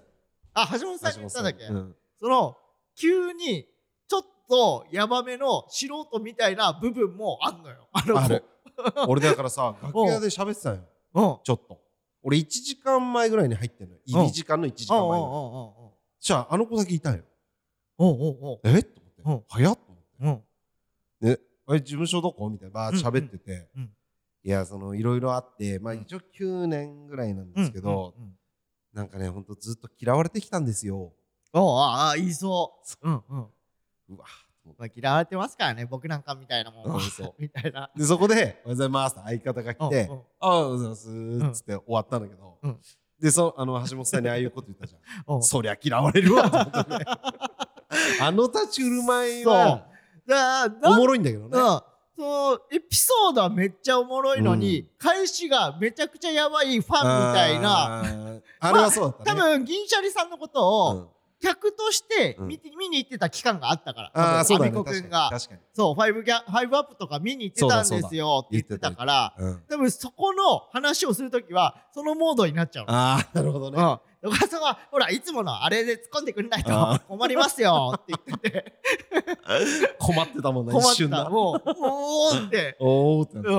[SPEAKER 2] あ橋本さん
[SPEAKER 1] 橋本
[SPEAKER 2] に言った
[SPEAKER 1] さ
[SPEAKER 2] ん
[SPEAKER 1] ん
[SPEAKER 2] だっけ、
[SPEAKER 1] うん
[SPEAKER 2] その急にちょっとヤバめの素人みたいな部分もあんのよあの子
[SPEAKER 1] ある
[SPEAKER 2] <laughs>
[SPEAKER 1] 俺だからさ楽屋で喋ってたよ
[SPEAKER 2] うんうん
[SPEAKER 1] ちょっと俺1時間前ぐらいに入ってんのよ入り時間の1時間
[SPEAKER 2] うん
[SPEAKER 1] 前ぐらいじゃああの子だけいたんよ
[SPEAKER 2] うんうんうんうん
[SPEAKER 1] えっと
[SPEAKER 2] う
[SPEAKER 1] 思っ
[SPEAKER 2] ん
[SPEAKER 1] て早っと思って
[SPEAKER 2] うん
[SPEAKER 1] あれ事務所どこみたいなバーッと喋ってて、
[SPEAKER 2] うんうん
[SPEAKER 1] いやそのいろいろあってまあ
[SPEAKER 2] うん
[SPEAKER 1] 一応9年ぐらいなん
[SPEAKER 2] う
[SPEAKER 1] で
[SPEAKER 2] ん
[SPEAKER 1] すけど、
[SPEAKER 2] うんうん
[SPEAKER 1] なんかねほんとずっと嫌われてきたんですよ
[SPEAKER 2] おうああ言いそううんう
[SPEAKER 1] う
[SPEAKER 2] ん
[SPEAKER 1] わと思って
[SPEAKER 2] まあ嫌われてますからね僕なんかみたいなもんは
[SPEAKER 1] うんそう
[SPEAKER 2] <laughs> みたいな
[SPEAKER 1] でそこで「おはようございます」相方が来て
[SPEAKER 2] うんう
[SPEAKER 1] 「
[SPEAKER 2] ん
[SPEAKER 1] ああおはようございます」っつって終わったんだけど、
[SPEAKER 2] うん
[SPEAKER 1] でそのあの橋本さんにああいうこと言ったじゃん
[SPEAKER 2] <laughs> うん
[SPEAKER 1] そりゃ嫌われるわと思ってね <laughs> あの立ち振る舞いは
[SPEAKER 2] だから
[SPEAKER 1] お
[SPEAKER 2] なん
[SPEAKER 1] もろいんだけどね
[SPEAKER 2] うんそうエピソードはめっちゃおもろいのに、
[SPEAKER 1] うん
[SPEAKER 2] 返しがめちゃくちゃやばいファンみたいな
[SPEAKER 1] あーあれはそうだった
[SPEAKER 2] 多
[SPEAKER 1] ね、
[SPEAKER 2] 分銀シャリさんのことを、
[SPEAKER 1] うん
[SPEAKER 2] 客として見て、見に行ってた期間があったから、
[SPEAKER 1] ああそうだね
[SPEAKER 2] アミコ
[SPEAKER 1] 確か
[SPEAKER 2] 君
[SPEAKER 1] に
[SPEAKER 2] が、
[SPEAKER 1] 確かに
[SPEAKER 2] そう、ファイブギャ、ファイブアップとか見に行ってたんですよって言ってたから、
[SPEAKER 1] うん
[SPEAKER 2] 多分そこの話をするときは、そのモードになっちゃうの。
[SPEAKER 1] ああなるほどね
[SPEAKER 2] うん。お母さんは、ほら、いつものあれで突っ込んでくれないと
[SPEAKER 1] あー
[SPEAKER 2] 困りますよって言ってて、
[SPEAKER 1] 困ってたもんな
[SPEAKER 2] 困
[SPEAKER 1] 一
[SPEAKER 2] っ
[SPEAKER 1] 瞬
[SPEAKER 2] た。
[SPEAKER 1] だ
[SPEAKER 2] もう、おーって。
[SPEAKER 1] おおってなっ
[SPEAKER 2] うんう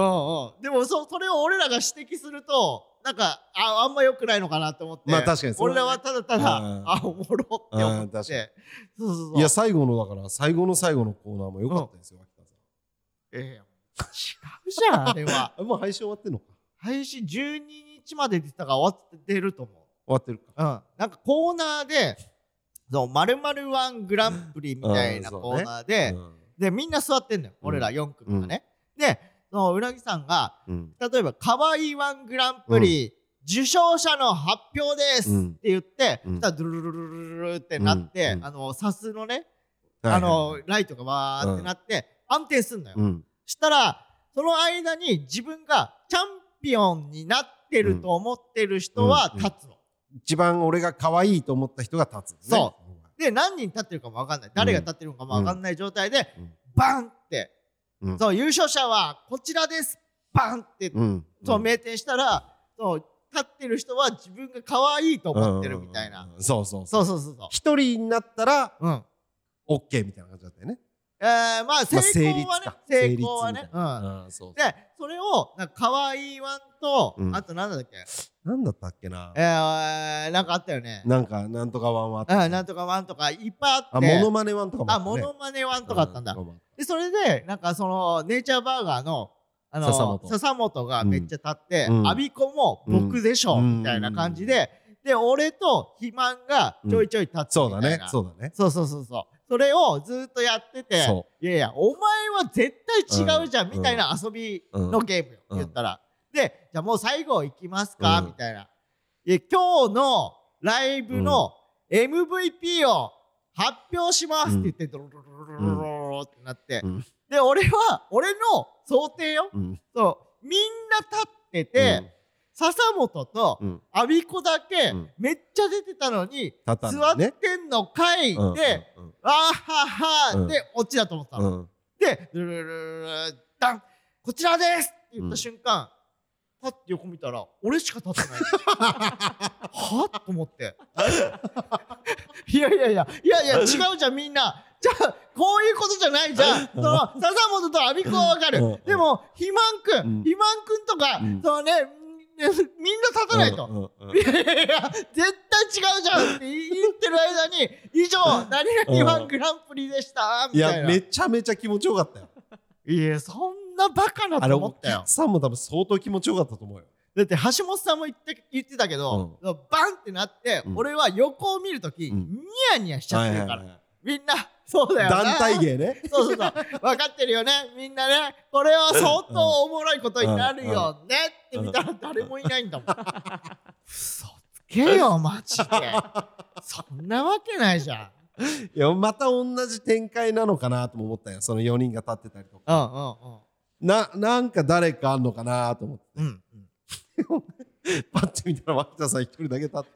[SPEAKER 2] ん。でもそう、それを俺らが指摘すると、なんか、ああんま良くないのかなと思って、
[SPEAKER 1] まあ確かにそれは
[SPEAKER 2] 俺
[SPEAKER 1] ね
[SPEAKER 2] らはただただ、
[SPEAKER 1] うん
[SPEAKER 2] あ、おもろって思
[SPEAKER 1] う
[SPEAKER 2] っ
[SPEAKER 1] ん確かに
[SPEAKER 2] て。そうそうそう。
[SPEAKER 1] いや最後のだから最後の最後のコーナーも良かったですよ、秋田
[SPEAKER 2] ええ違うじゃん、あれは。
[SPEAKER 1] さんあもう配信終わってんのか終
[SPEAKER 2] 配信12日まで出てたから終わってると思
[SPEAKER 1] わってるか
[SPEAKER 2] う。うん。なんかコーナーで、そう、〇〇ワングランプリみたいな
[SPEAKER 1] うんそうね
[SPEAKER 2] コーナーで、
[SPEAKER 1] うん
[SPEAKER 2] で、みんな座ってんのよ。俺ら4組がね。で、そのうなぎさんが、
[SPEAKER 1] うん
[SPEAKER 2] 例えば、かわいいワングランプリ、受賞者の発表です、
[SPEAKER 1] うん
[SPEAKER 2] って言って、
[SPEAKER 1] うん
[SPEAKER 2] そしたらドゥルルルルルルルってなって、
[SPEAKER 1] うんうん
[SPEAKER 2] あの、サスのね、
[SPEAKER 1] はい
[SPEAKER 2] あ
[SPEAKER 1] はいは
[SPEAKER 2] の
[SPEAKER 1] い、
[SPEAKER 2] ライトがわーってなって、暗転すんのよ。
[SPEAKER 1] うん
[SPEAKER 2] したらその間に自分がチャンピオンになってると思ってる人は
[SPEAKER 1] うん
[SPEAKER 2] 立つの。
[SPEAKER 1] 一番俺が可愛いと思った人が立つ、ね、
[SPEAKER 2] そで何人立ってるかも分かんない誰が立ってるのかも分かんない状態で、
[SPEAKER 1] うん
[SPEAKER 2] バンって、
[SPEAKER 1] うん
[SPEAKER 2] そう優勝者はこちらですバンって、
[SPEAKER 1] うん、うん、
[SPEAKER 2] そう明転したらそう立ってる人は自分が可愛いと思ってるみたいな、
[SPEAKER 1] うんうんうんそうそうそう
[SPEAKER 2] そうそうそうそう。
[SPEAKER 1] 一人になったら
[SPEAKER 2] うん
[SPEAKER 1] オッケーみたいな感じだったよね、
[SPEAKER 2] えー、まあ成
[SPEAKER 1] まあ、
[SPEAKER 2] 功はね、
[SPEAKER 1] か
[SPEAKER 2] 成功はね
[SPEAKER 1] 成立みたい
[SPEAKER 2] うん
[SPEAKER 1] なうんそう
[SPEAKER 2] でそれをなんか可愛いワンと、
[SPEAKER 1] うん
[SPEAKER 2] あと何だっけ
[SPEAKER 1] なんだったっけな
[SPEAKER 2] えー、なんかあったよね
[SPEAKER 1] なんかなんとかワンはあった
[SPEAKER 2] あなんとかワンとかいっぱいあって。
[SPEAKER 1] あモノマネワンとかも
[SPEAKER 2] あ
[SPEAKER 1] った
[SPEAKER 2] モ
[SPEAKER 1] ね
[SPEAKER 2] ノマネワンとかあったんだ。
[SPEAKER 1] うう
[SPEAKER 2] で、それで、なんかその、ネイチャーバーガーの、あの、
[SPEAKER 1] 笹本
[SPEAKER 2] 笹本がめっちゃ立って、
[SPEAKER 1] うん
[SPEAKER 2] アビコも僕でしょ、
[SPEAKER 1] うん
[SPEAKER 2] みたいな感じで、で、俺と肥満がちょいちょい立つ
[SPEAKER 1] そう
[SPEAKER 2] み
[SPEAKER 1] だ
[SPEAKER 2] たい
[SPEAKER 1] ね
[SPEAKER 2] な。
[SPEAKER 1] そうだね
[SPEAKER 2] そうそうそうそう。それをずっとやってて、
[SPEAKER 1] そ
[SPEAKER 2] いやいや、お前は絶対違うじゃん、
[SPEAKER 1] うん
[SPEAKER 2] みたいな遊び
[SPEAKER 1] うん
[SPEAKER 2] のゲームよ、
[SPEAKER 1] うん
[SPEAKER 2] 言ったら。で、じゃあもう最後行きますか、
[SPEAKER 1] うん
[SPEAKER 2] みたいな。いや今日のライブの MVP を発表しますって言って、ドロロロロロロロロってなって。
[SPEAKER 1] うん
[SPEAKER 2] で、俺は、俺の想定よ。
[SPEAKER 1] うん
[SPEAKER 2] そう、みんな立ってて、笹本と
[SPEAKER 1] うんうん
[SPEAKER 2] 阿ビ子だけ
[SPEAKER 1] うん
[SPEAKER 2] めっちゃ出てたのに、
[SPEAKER 1] 立た
[SPEAKER 2] 座
[SPEAKER 1] な
[SPEAKER 2] っ
[SPEAKER 1] いね
[SPEAKER 2] てんのかいで、
[SPEAKER 1] うんうん
[SPEAKER 2] わーはーは
[SPEAKER 1] う
[SPEAKER 2] ー
[SPEAKER 1] ん
[SPEAKER 2] で、オチだと思ったの。
[SPEAKER 1] うんうん
[SPEAKER 2] で、ルルルルルダンこちらですって言った瞬間、パッて横見たら、俺しか立ってない。はっと思って。いやいやいや、いやいや、違うじゃん、みんな。じゃあ、こういうことじゃないじゃん。その、笹本とアビコはわか
[SPEAKER 1] うん
[SPEAKER 2] る。でも、肥満く
[SPEAKER 1] うん
[SPEAKER 2] ん、肥満くんとか、
[SPEAKER 1] うん
[SPEAKER 2] そのね、みんな立たないと。
[SPEAKER 1] うんうんうん
[SPEAKER 2] いやいやいや、絶対違うじゃんって言ってる間に、以上、何々ワングランプリでした、
[SPEAKER 1] い
[SPEAKER 2] みたい
[SPEAKER 1] や
[SPEAKER 2] な。
[SPEAKER 1] めちゃめちゃ気持ちよかったよ
[SPEAKER 2] いや、そんなバカな
[SPEAKER 1] あ
[SPEAKER 2] と
[SPEAKER 1] れ、お
[SPEAKER 2] 思ったよ
[SPEAKER 1] 客。さんも多分相当気持ちよかったと思うよ。
[SPEAKER 2] だって橋本さんも言って言ってたけど、バンってなって、
[SPEAKER 1] うん
[SPEAKER 2] 俺は横を見るとき、
[SPEAKER 1] うん
[SPEAKER 2] ニヤニヤしちゃってるから、
[SPEAKER 1] はいはいはい
[SPEAKER 2] みんなそうだよな
[SPEAKER 1] 団体芸ね。
[SPEAKER 2] そうそうそう分かってるよねみんなねこれは相当おもろいことになるよねって見たら誰もいないんだもん嘘つけよマジでそんなわけないじゃん
[SPEAKER 1] いや、また同じ展開なのかなとも思ったよ。その4人が立ってたりとか。
[SPEAKER 2] うんう
[SPEAKER 1] な、なんか誰かあんのかなと思っ
[SPEAKER 2] んうんうん
[SPEAKER 1] て、パッて見たら脇田さん一人だけ立って。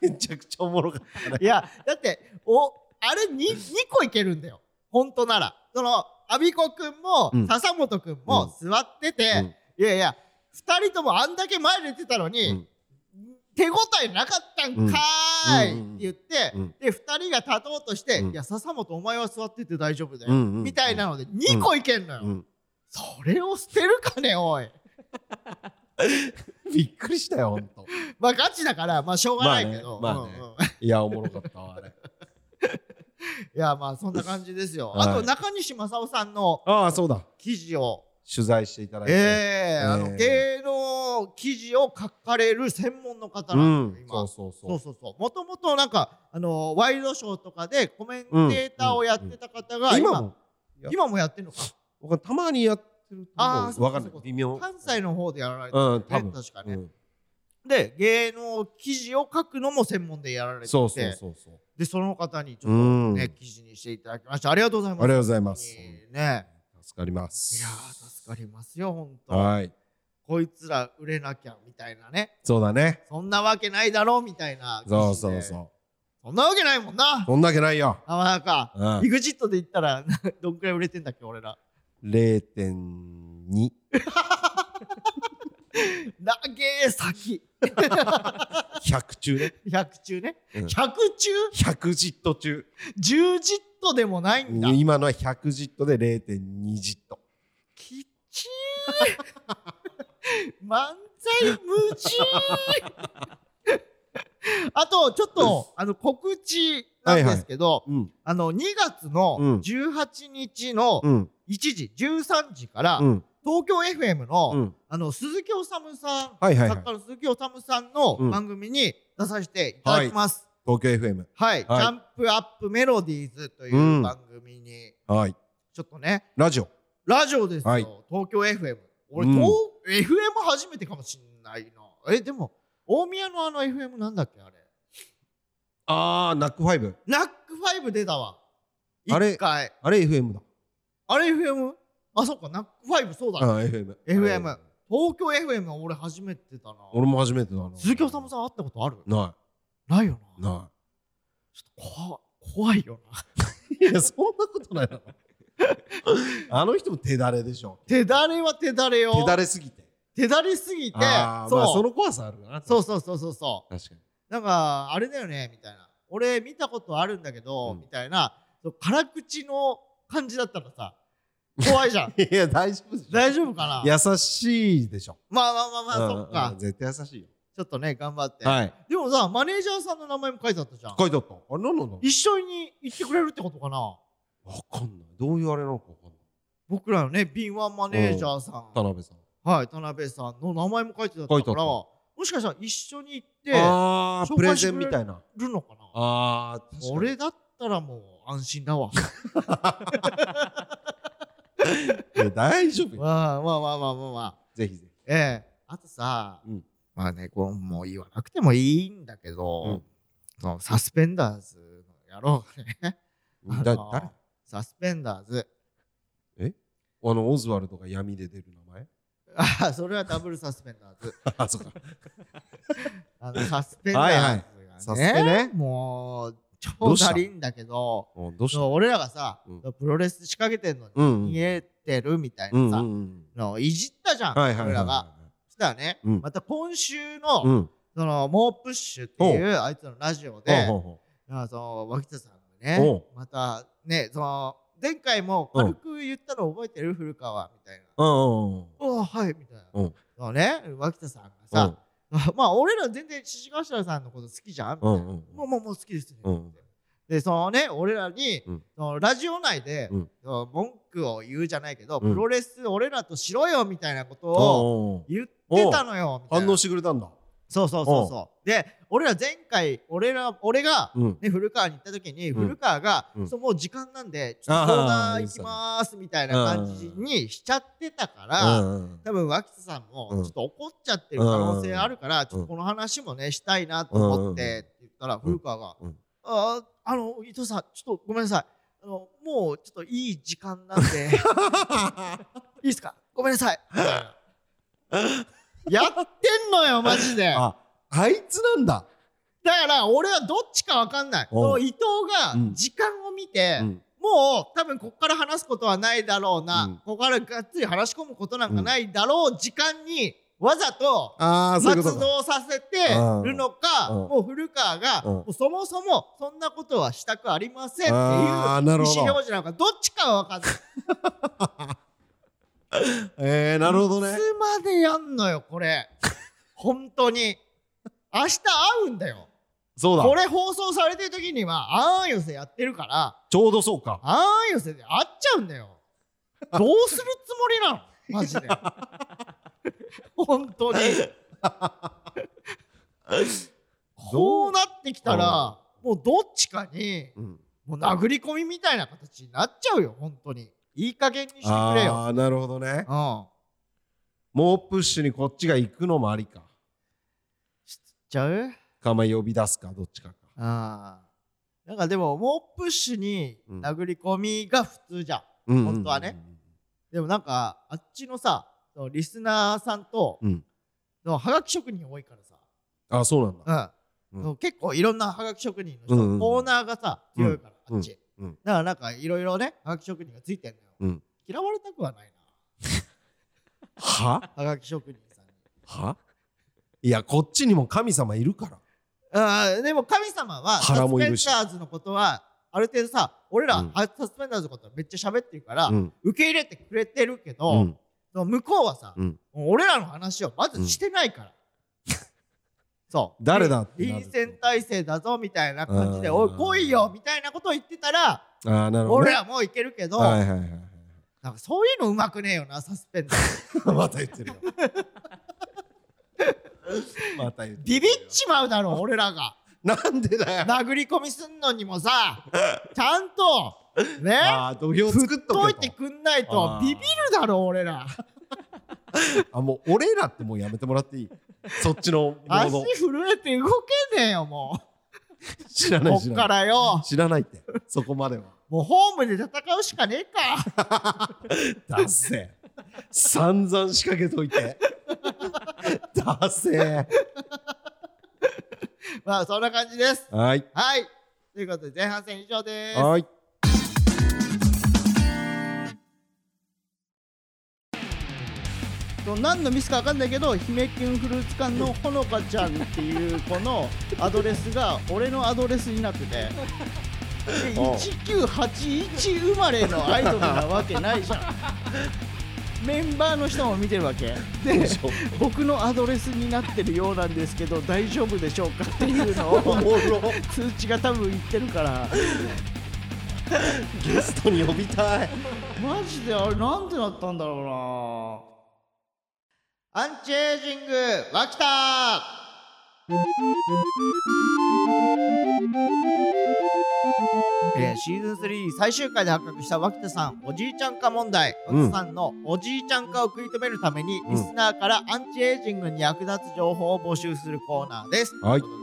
[SPEAKER 1] めちゃくちゃおもろかったね。
[SPEAKER 2] いやだっておあれ 2, 2個いけるんだよ本当ならその阿ビ子くんも、
[SPEAKER 1] うん
[SPEAKER 2] 笹本くんも座ってて、
[SPEAKER 1] うん
[SPEAKER 2] いやいや2人ともあんだけ前出てたのに、
[SPEAKER 1] うん
[SPEAKER 2] 手応えなかったんかーいって言って、
[SPEAKER 1] うんうん
[SPEAKER 2] で2人が立とうとして「
[SPEAKER 1] うん
[SPEAKER 2] いや笹本お前は座ってて大丈夫だよ」
[SPEAKER 1] うんうんうん
[SPEAKER 2] みたいなので2個いけんのよ、
[SPEAKER 1] うん
[SPEAKER 2] それを捨てるかねおい
[SPEAKER 1] びっくりしたよ、ほんと。
[SPEAKER 2] まあガチだからまあしょうがないけど、
[SPEAKER 1] まあねまあね
[SPEAKER 2] うんうん
[SPEAKER 1] いや、おもろかったわ、あれ。
[SPEAKER 2] いやまあそんな感じですよ、
[SPEAKER 1] はい
[SPEAKER 2] あと中西正夫さんの
[SPEAKER 1] ああ、そうだ。
[SPEAKER 2] 記事を
[SPEAKER 1] 取材していただいて。
[SPEAKER 2] ええあ
[SPEAKER 1] え
[SPEAKER 2] の
[SPEAKER 1] え
[SPEAKER 2] 芸能記事を書かれる専門の方
[SPEAKER 1] う
[SPEAKER 2] なんです
[SPEAKER 1] ん。
[SPEAKER 2] よ、
[SPEAKER 1] そうそ
[SPEAKER 2] 今。
[SPEAKER 1] うそう。
[SPEAKER 2] そうそうそう。もともとなんか、あのワイドショーとかでコメンテーターをやってた方が、
[SPEAKER 1] 今も、
[SPEAKER 2] 今、今もやってるのか。
[SPEAKER 1] 僕はたまにやってると
[SPEAKER 2] あー
[SPEAKER 1] 思う。わかんない
[SPEAKER 2] そうそうそう。
[SPEAKER 1] 微妙。
[SPEAKER 2] 関西の方でやられてる
[SPEAKER 1] うん、多
[SPEAKER 2] ね、
[SPEAKER 1] 分。
[SPEAKER 2] 確か
[SPEAKER 1] う
[SPEAKER 2] ね、
[SPEAKER 1] ん
[SPEAKER 2] で、芸能記事を書くのも専門でやられてて、
[SPEAKER 1] そうそうそうそう。
[SPEAKER 2] で、その方にちょっと
[SPEAKER 1] うん。
[SPEAKER 2] ね、記事にしていただきました。ありがとうございます。
[SPEAKER 1] ありがとうございます
[SPEAKER 2] 本当にね。
[SPEAKER 1] 助かりま
[SPEAKER 2] い
[SPEAKER 1] す。
[SPEAKER 2] やー、助かりますよ、本当。
[SPEAKER 1] はい。
[SPEAKER 2] こいつら売れなきゃ、みたいなね。
[SPEAKER 1] そうだね。
[SPEAKER 2] そんなわけないだろうみたいな。
[SPEAKER 1] そうそう
[SPEAKER 2] う。
[SPEAKER 1] そ
[SPEAKER 2] そんなわけないもん
[SPEAKER 1] う。。
[SPEAKER 2] な
[SPEAKER 1] そんだけないよ。
[SPEAKER 2] なかなか。
[SPEAKER 1] うん
[SPEAKER 2] エ。グジットで言ったら、 <laughs> どんくらい売れてんだっけ、俺ら。
[SPEAKER 1] 0.2。
[SPEAKER 2] 投げ先。
[SPEAKER 1] 100中ね。
[SPEAKER 2] 100中ね。
[SPEAKER 1] うん
[SPEAKER 2] 100中
[SPEAKER 1] 100ジット中。
[SPEAKER 2] ?10 ジットでもないんだ。
[SPEAKER 1] 今のは100ジットで0.2ジット。
[SPEAKER 2] きっちー。 <laughs> 漫才無事 <laughs> あと、ちょっと、あの、告知なんですけど、
[SPEAKER 1] うん。
[SPEAKER 2] あの、2月
[SPEAKER 1] うん
[SPEAKER 2] の18日の
[SPEAKER 1] うん。
[SPEAKER 2] 1時、13時から、
[SPEAKER 1] うん。
[SPEAKER 2] 東京 FM の、
[SPEAKER 1] うん。
[SPEAKER 2] あの鈴木おさむさん、
[SPEAKER 1] はいはいはい
[SPEAKER 2] 作家の鈴木おさむさんの
[SPEAKER 1] うん
[SPEAKER 2] 番組に出させていただきます。
[SPEAKER 1] 東京 FM。
[SPEAKER 2] はい、
[SPEAKER 1] はい
[SPEAKER 2] ジャンプアップメロディーズとい
[SPEAKER 1] うん
[SPEAKER 2] う番組に、
[SPEAKER 1] はい。
[SPEAKER 2] ちょっとね、
[SPEAKER 1] ラジオ。
[SPEAKER 2] ラジオですよ、
[SPEAKER 1] はい
[SPEAKER 2] 東京 FM。俺、
[SPEAKER 1] うん
[SPEAKER 2] 東 FM 初めてかもしんないな。え、でも、大宮のあの FM なんだっけ、あれ。
[SPEAKER 1] あー、ナックファイブ。
[SPEAKER 2] ナックファイブ出たわ。
[SPEAKER 1] あれ
[SPEAKER 2] 一回。
[SPEAKER 1] あれ FM だ。
[SPEAKER 2] あれ FM? あ、そっか、ナックファイブそうだ。
[SPEAKER 1] あー、FM。
[SPEAKER 2] FM
[SPEAKER 1] はい
[SPEAKER 2] 東京 FM は俺初めてだな。
[SPEAKER 1] 俺も初めてだな。
[SPEAKER 2] 鈴木おさむさん会ったことある
[SPEAKER 1] な
[SPEAKER 2] ないよ
[SPEAKER 1] い。
[SPEAKER 2] な。
[SPEAKER 1] な
[SPEAKER 2] ちょっと怖怖いよな。
[SPEAKER 1] い。いや、そんなことないだろ。あの人も手だれでしょ。
[SPEAKER 2] 手だれは手だれよ。
[SPEAKER 1] 手だれすぎて。
[SPEAKER 2] 手だれすぎて、
[SPEAKER 1] あー
[SPEAKER 2] そう、
[SPEAKER 1] まあその怖さあるな。
[SPEAKER 2] そうそうそうそうそう。
[SPEAKER 1] 確かに。
[SPEAKER 2] なんか、あれだよね、みたいな。俺見たことあるんだけ
[SPEAKER 1] う
[SPEAKER 2] ど、
[SPEAKER 1] ん。
[SPEAKER 2] みたいな、そう辛口の感じだったらさ、怖いじゃん
[SPEAKER 1] <laughs> いや、大丈夫でしょ。
[SPEAKER 2] 大丈夫かな
[SPEAKER 1] 優しいでしょ。
[SPEAKER 2] まあまあまあまあ、
[SPEAKER 1] うん
[SPEAKER 2] そっか
[SPEAKER 1] うん。絶対優しいよ。
[SPEAKER 2] ちょっとね、頑張って。
[SPEAKER 1] はい。
[SPEAKER 2] でもさ、マネージャーさんの名前も書いてあったじゃん。
[SPEAKER 1] 書いてあった。あれ、なんなんだ
[SPEAKER 2] 一緒に行ってくれるってことかな
[SPEAKER 1] わかんない。どういうあれなのかわかんない。
[SPEAKER 2] 僕らのね、敏腕マネージャーさん。
[SPEAKER 1] 田辺さん。
[SPEAKER 2] はい、田辺さんの名前も書いてあ
[SPEAKER 1] 書
[SPEAKER 2] ったか
[SPEAKER 1] いてあっ
[SPEAKER 2] ら、
[SPEAKER 1] た
[SPEAKER 2] もしかしたら一緒に行って
[SPEAKER 1] あー、
[SPEAKER 2] 紹
[SPEAKER 1] プレ
[SPEAKER 2] 介して
[SPEAKER 1] ゼ
[SPEAKER 2] く
[SPEAKER 1] ン
[SPEAKER 2] れ
[SPEAKER 1] みたいな。
[SPEAKER 2] るのかな
[SPEAKER 1] あー、確かに
[SPEAKER 2] 俺だったらもう安心
[SPEAKER 1] <laughs>
[SPEAKER 2] だわ。
[SPEAKER 1] いや大丈夫よ。
[SPEAKER 2] まあまあまあまあまあまあ。
[SPEAKER 1] ぜひぜひ。
[SPEAKER 2] ええあとさ、
[SPEAKER 1] うん
[SPEAKER 2] まあね、こうもう言わなくてもいいんだけど、
[SPEAKER 1] うん
[SPEAKER 2] そのサスペンダーズの野郎がね。
[SPEAKER 1] だ、誰
[SPEAKER 2] あのサスペンダーズ。
[SPEAKER 1] あの、オズワルドが闇で出る名前 <laughs>
[SPEAKER 2] あそれはダブルサスペンダーズ。
[SPEAKER 1] あ、そうか。<laughs>
[SPEAKER 2] あのサスペンダーズが
[SPEAKER 1] は
[SPEAKER 2] ね、
[SPEAKER 1] いはいサスペね
[SPEAKER 2] もう
[SPEAKER 1] ど
[SPEAKER 2] 超
[SPEAKER 1] うした
[SPEAKER 2] だりんだけど、
[SPEAKER 1] うんどうし
[SPEAKER 2] そう
[SPEAKER 1] た
[SPEAKER 2] 俺らがさ、
[SPEAKER 1] う
[SPEAKER 2] プロレス仕掛けてんのに
[SPEAKER 1] うんうん
[SPEAKER 2] 見えてるみたい
[SPEAKER 1] うん
[SPEAKER 2] な
[SPEAKER 1] う
[SPEAKER 2] さ、
[SPEAKER 1] んうん。
[SPEAKER 2] のいじったじゃん、
[SPEAKER 1] はいはいはい
[SPEAKER 2] 俺らが。
[SPEAKER 1] は
[SPEAKER 2] そしたらね、
[SPEAKER 1] うん
[SPEAKER 2] また今週の、
[SPEAKER 1] い。うん。
[SPEAKER 2] その猛プッシュっていうあいつのラジオで、
[SPEAKER 1] ほうほうほ
[SPEAKER 2] あその脇田さんが
[SPEAKER 1] おう
[SPEAKER 2] ね、またね、その前回も軽く言ったの覚えてる古川みたいな。
[SPEAKER 1] ううんうんうん。
[SPEAKER 2] おおはいみたいな。
[SPEAKER 1] うん
[SPEAKER 2] そのね、脇田さんがさ、まあ俺ら全然獅子頭さんのこと好きじゃん、
[SPEAKER 1] うんうんうん。
[SPEAKER 2] もうもうもう好きですね、
[SPEAKER 1] うん
[SPEAKER 2] でそのね俺らに、
[SPEAKER 1] うん
[SPEAKER 2] そのラジオ内で、
[SPEAKER 1] うん
[SPEAKER 2] その文句を言うじゃないけど、
[SPEAKER 1] うん
[SPEAKER 2] プロレス俺らとしろよみたいなことを
[SPEAKER 1] お
[SPEAKER 2] 言ってたのよみたい
[SPEAKER 1] 反
[SPEAKER 2] な
[SPEAKER 1] 応してくれたんだ。
[SPEAKER 2] そうそうそうそうで俺ら前回俺ら俺が、
[SPEAKER 1] うん。
[SPEAKER 2] ね、古川に行った時に、
[SPEAKER 1] うん
[SPEAKER 2] 古川が、
[SPEAKER 1] うん
[SPEAKER 2] そうもう時間なんでちょっ
[SPEAKER 1] あー
[SPEAKER 2] と相談行きますみたいな感じにしちゃってたから、
[SPEAKER 1] うん
[SPEAKER 2] 多分脇田さんも
[SPEAKER 1] うん
[SPEAKER 2] ちょっと怒っちゃってる可能性あるから、ちょっとこの話もねしたいなと思ってって言ったら、古川が「
[SPEAKER 1] うん
[SPEAKER 2] あああの伊藤さんちょっとごめんなさいあのもうちょっといい時間なんで
[SPEAKER 1] <laughs>
[SPEAKER 2] いいですかごめんなさい」やってんのよマジでだか
[SPEAKER 1] あ、あいつなんだ。
[SPEAKER 2] ら俺はどっちかわかんない
[SPEAKER 1] うん
[SPEAKER 2] その伊藤が
[SPEAKER 1] うん
[SPEAKER 2] 時間を見て、
[SPEAKER 1] うん
[SPEAKER 2] もう多分ここから話すことはないだろうな、
[SPEAKER 1] うん
[SPEAKER 2] ここからがっつり話し込むことなんかないだろう時間にわざと
[SPEAKER 1] ああ、そういう
[SPEAKER 2] 活
[SPEAKER 1] ことか。
[SPEAKER 2] 動させてるのか、
[SPEAKER 1] うん
[SPEAKER 2] もう古川が、
[SPEAKER 1] うん
[SPEAKER 2] もうそもそもそんなことはしたくありませんっていう意
[SPEAKER 1] ああ、なるほ
[SPEAKER 2] 思
[SPEAKER 1] ど。
[SPEAKER 2] 表示なのかどっちかは分かんない。
[SPEAKER 1] <laughs> えー、なるほど
[SPEAKER 2] い
[SPEAKER 1] ね。
[SPEAKER 2] つまでやんのよこ
[SPEAKER 1] <laughs>
[SPEAKER 2] れ本当に明日会うんだよ
[SPEAKER 1] そうだ。
[SPEAKER 2] これ放送されてる時にはあーん寄せやってるから
[SPEAKER 1] ちょうどそうか。
[SPEAKER 2] あーん寄せで会っちゃうんだよどうするつもりな <laughs> のマジで本当にこうなってきたらもうどっちかに
[SPEAKER 1] うん。
[SPEAKER 2] もう殴り込みみたいな形になっちゃうよ本当にいい加減にしてくれよ
[SPEAKER 1] ああ、なるほどね。
[SPEAKER 2] うん
[SPEAKER 1] もうプッシュにこっちが行くのもありか。
[SPEAKER 2] ちゃう
[SPEAKER 1] かま呼び出すか、どっちかか。
[SPEAKER 2] ああ。なんかでも、猛プッシュに殴り込みが普通じゃん。
[SPEAKER 1] うんうん
[SPEAKER 2] 本当はね。でもなんか、あっちのさ、そのリスナーさんと、
[SPEAKER 1] うん
[SPEAKER 2] のはがき職人多いからさ、
[SPEAKER 1] あ、そうなんだ。
[SPEAKER 2] うん
[SPEAKER 1] うん
[SPEAKER 2] その結構いろんなはがき職人の人、
[SPEAKER 1] うんうんうん
[SPEAKER 2] コーナーがさ、強いから、
[SPEAKER 1] うん
[SPEAKER 2] あっち。
[SPEAKER 1] うんうん
[SPEAKER 2] だからなんか、いろいろね、はがき職人がついてんのよ。
[SPEAKER 1] うん
[SPEAKER 2] 嫌われたくはない
[SPEAKER 1] は
[SPEAKER 2] な、はがき職人さんに。
[SPEAKER 1] はいや、こっちにも神様いるから。
[SPEAKER 2] あーでも神様はサ
[SPEAKER 1] 腹
[SPEAKER 2] ス
[SPEAKER 1] もい
[SPEAKER 2] ペン
[SPEAKER 1] るし
[SPEAKER 2] ダーズのことはある程度さ俺ら、
[SPEAKER 1] うん
[SPEAKER 2] あサスペンダーズのことはめっちゃ喋ってるから、
[SPEAKER 1] うん
[SPEAKER 2] 受け入れてくれてるけ
[SPEAKER 1] う
[SPEAKER 2] ど、
[SPEAKER 1] ん
[SPEAKER 2] その向こうはさ、
[SPEAKER 1] うん
[SPEAKER 2] もう俺らの話をまずしてないから、そう
[SPEAKER 1] 誰だってなる
[SPEAKER 2] 臨戦態勢だぞみたいな感じで「
[SPEAKER 1] うん
[SPEAKER 2] おい来いよ」みたいなことを言ってたら、
[SPEAKER 1] ああ、なるほど
[SPEAKER 2] 俺
[SPEAKER 1] ね。
[SPEAKER 2] らもういけるけど、
[SPEAKER 1] はいはいはいはい。
[SPEAKER 2] なんかそういうのうまくねえよなサスペンダー
[SPEAKER 1] <laughs>
[SPEAKER 2] ズ
[SPEAKER 1] また言って <laughs> るよ。また言ってるよ。
[SPEAKER 2] ビビっちま
[SPEAKER 1] <laughs>
[SPEAKER 2] うだろ俺らが
[SPEAKER 1] なんでだよ。
[SPEAKER 2] 殴り込みすんのに
[SPEAKER 1] <laughs>
[SPEAKER 2] もさちゃんとね
[SPEAKER 1] ああ、土俵作っと
[SPEAKER 2] と
[SPEAKER 1] け
[SPEAKER 2] いて
[SPEAKER 1] と。
[SPEAKER 2] くんないと
[SPEAKER 1] あー
[SPEAKER 2] ビビるだろ
[SPEAKER 1] <laughs>
[SPEAKER 2] 俺ら
[SPEAKER 1] あ、もう俺らってもうやめてもらっていい。そっちのモー
[SPEAKER 2] 足
[SPEAKER 1] ド。
[SPEAKER 2] 震えて動けねえよも
[SPEAKER 1] 知ら
[SPEAKER 2] う
[SPEAKER 1] な
[SPEAKER 2] こ
[SPEAKER 1] い知
[SPEAKER 2] っ
[SPEAKER 1] ら
[SPEAKER 2] か
[SPEAKER 1] ない。
[SPEAKER 2] らよ
[SPEAKER 1] 知らないって。そこまでは。
[SPEAKER 2] もうホームで戦うしかねえか <laughs>
[SPEAKER 1] だっせえ散々仕掛けといてだっせえ
[SPEAKER 2] まあそんな感じです
[SPEAKER 1] はい
[SPEAKER 2] はいということで前半戦以上です
[SPEAKER 1] はい
[SPEAKER 2] と何のミスか分かんないけど姫キュンフルーツ館のほのかちゃんっていう子のアドレスが俺のアドレスになっててで
[SPEAKER 1] おう
[SPEAKER 2] 1981生まれのアイドルなわけないじゃんメンバーの人も見てるわけで僕のアドレスになってるようなんですけど大丈夫でしょうかっていうの
[SPEAKER 1] お
[SPEAKER 2] を
[SPEAKER 1] もろ
[SPEAKER 2] 通知が多分言ってるから
[SPEAKER 1] ゲストに呼びたい
[SPEAKER 2] マジであれなんでなったんだろうなアンチエイジング脇田えーシーズン3最終回で発覚した脇田さんおじいちゃん化問題
[SPEAKER 1] うん
[SPEAKER 2] 脇田さんのおじいちゃん化を食い止めるために、
[SPEAKER 1] うん
[SPEAKER 2] リスナーからアンチエイジングに役立つ情報を募集するコーナーです、
[SPEAKER 1] はい
[SPEAKER 2] ということで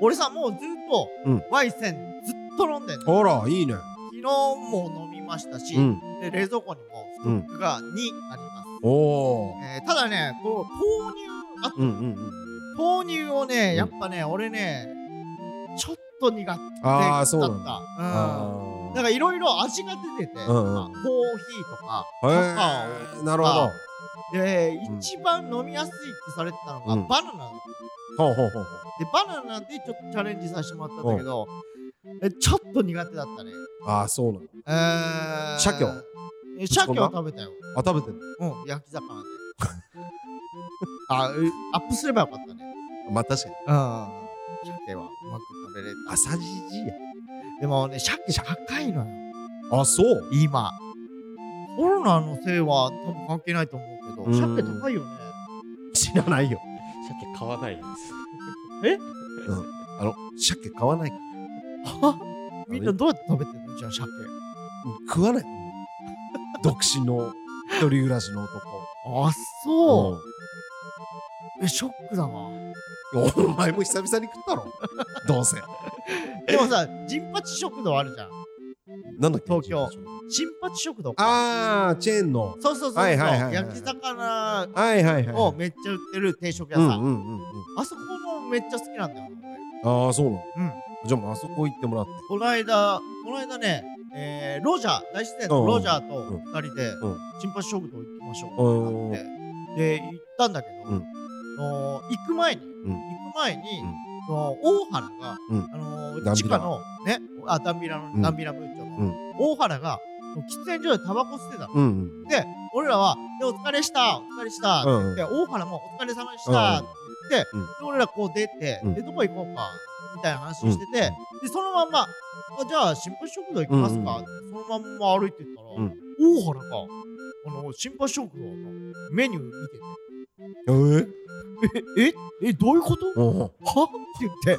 [SPEAKER 2] 俺さもうずっと
[SPEAKER 1] うん
[SPEAKER 2] ワイセンずっと飲んでんの
[SPEAKER 1] あらいいね
[SPEAKER 2] 昨日も飲みましたし、
[SPEAKER 1] うん
[SPEAKER 2] で冷蔵庫にもストックが2あります、
[SPEAKER 1] おお
[SPEAKER 2] えーただねこう豆乳あ
[SPEAKER 1] うんうんうん
[SPEAKER 2] 豆乳をね
[SPEAKER 1] ん
[SPEAKER 2] やっぱね、俺ねちょっと苦手だっ
[SPEAKER 1] あ
[SPEAKER 2] た
[SPEAKER 1] あそうなんだ
[SPEAKER 2] うん
[SPEAKER 1] あ
[SPEAKER 2] なんかいろいろ味が出てて、
[SPEAKER 1] うんうん
[SPEAKER 2] まあコーヒーとか
[SPEAKER 1] ー
[SPEAKER 2] カ
[SPEAKER 1] へ
[SPEAKER 2] カ
[SPEAKER 1] えなるほど
[SPEAKER 2] あで
[SPEAKER 1] うん
[SPEAKER 2] 一番飲みやすいってされてたのが、
[SPEAKER 1] うん
[SPEAKER 2] バナナ
[SPEAKER 1] ほうほうほうほう
[SPEAKER 2] でバナナでちょっとチャレンジさせてもらったんだけど、えちょっと苦手だったね
[SPEAKER 1] ああそうなんだ
[SPEAKER 2] えー
[SPEAKER 1] 鮭は
[SPEAKER 2] え鮭は食べたよ
[SPEAKER 1] あ食べてる
[SPEAKER 2] うん、焼き魚で。あ、えアップすればよかったね。うん。
[SPEAKER 1] まあ確かに
[SPEAKER 2] 鮭はうまく食べれ
[SPEAKER 1] 朝じじいや
[SPEAKER 2] でもね、借金高いのよ、
[SPEAKER 1] あそう
[SPEAKER 2] 今。コロナのせいは多分関係ないと思うけど、
[SPEAKER 1] うん
[SPEAKER 2] 借金高いよね。
[SPEAKER 1] 知らないよ
[SPEAKER 3] 鮭買わないんです。
[SPEAKER 1] あの鮭買わないから
[SPEAKER 2] はみんなどうやって食べてるのじゃあ、鮭。
[SPEAKER 1] 食わない独身の一人暮らしの男
[SPEAKER 2] あ、そう。え、ショックだわ。
[SPEAKER 1] うんお前も久々に食ったろどうせ
[SPEAKER 2] でもさ、ジンパチ食堂あるじゃん。
[SPEAKER 1] なんだっけ
[SPEAKER 2] 東京ジンパチ食堂。
[SPEAKER 1] ああチェーンの
[SPEAKER 2] そうそうそうそう、
[SPEAKER 1] はいはいはいはい
[SPEAKER 2] 焼き魚
[SPEAKER 1] はいはいはい
[SPEAKER 2] をめっちゃ売ってる定食屋
[SPEAKER 1] う
[SPEAKER 2] さ
[SPEAKER 1] んうん
[SPEAKER 2] ん。
[SPEAKER 1] うんうん
[SPEAKER 2] あそこのめっちゃ好きなんだよ。
[SPEAKER 1] ああそうなの
[SPEAKER 2] うん。
[SPEAKER 1] じゃあもうあそこ行ってもらって
[SPEAKER 2] この間、この間ね、えー、ロジャー、大自然
[SPEAKER 1] うんう
[SPEAKER 2] の
[SPEAKER 1] ん
[SPEAKER 2] ロジャーと二人で
[SPEAKER 1] うん、
[SPEAKER 2] チンパチ食堂行きましょ
[SPEAKER 1] うん
[SPEAKER 2] うってなって、で、行ったんだけど、
[SPEAKER 1] うん
[SPEAKER 2] あのー行く前に、
[SPEAKER 1] ん
[SPEAKER 2] 行く前に
[SPEAKER 1] うん、
[SPEAKER 2] その大原が、
[SPEAKER 1] うん
[SPEAKER 2] あ
[SPEAKER 1] ダン
[SPEAKER 2] のー、
[SPEAKER 1] ビラ
[SPEAKER 2] 地下の、ね、あ、ダンビラの、
[SPEAKER 1] うん
[SPEAKER 2] ダンビラブーチョの、
[SPEAKER 1] うん
[SPEAKER 2] 大原が、喫煙所でタバコ吸ってたの。
[SPEAKER 1] うんうん
[SPEAKER 2] で、俺らは、で、お疲れした、お疲れした、
[SPEAKER 1] うんうん
[SPEAKER 2] で、大原もお疲れ様でしたって言って、
[SPEAKER 1] うん
[SPEAKER 2] で、俺らこう出て、
[SPEAKER 1] うん
[SPEAKER 2] で、どこ行こうか、みたいな話してて、で、そのまんま、あじゃあ、新橋食堂行きますか、そのまんま歩いてったら、
[SPEAKER 1] うん
[SPEAKER 2] 大原が、あの、新橋食堂のメニュー見て
[SPEAKER 1] えー
[SPEAKER 2] て、え、え、どういうことは
[SPEAKER 1] うんうん
[SPEAKER 2] って言って、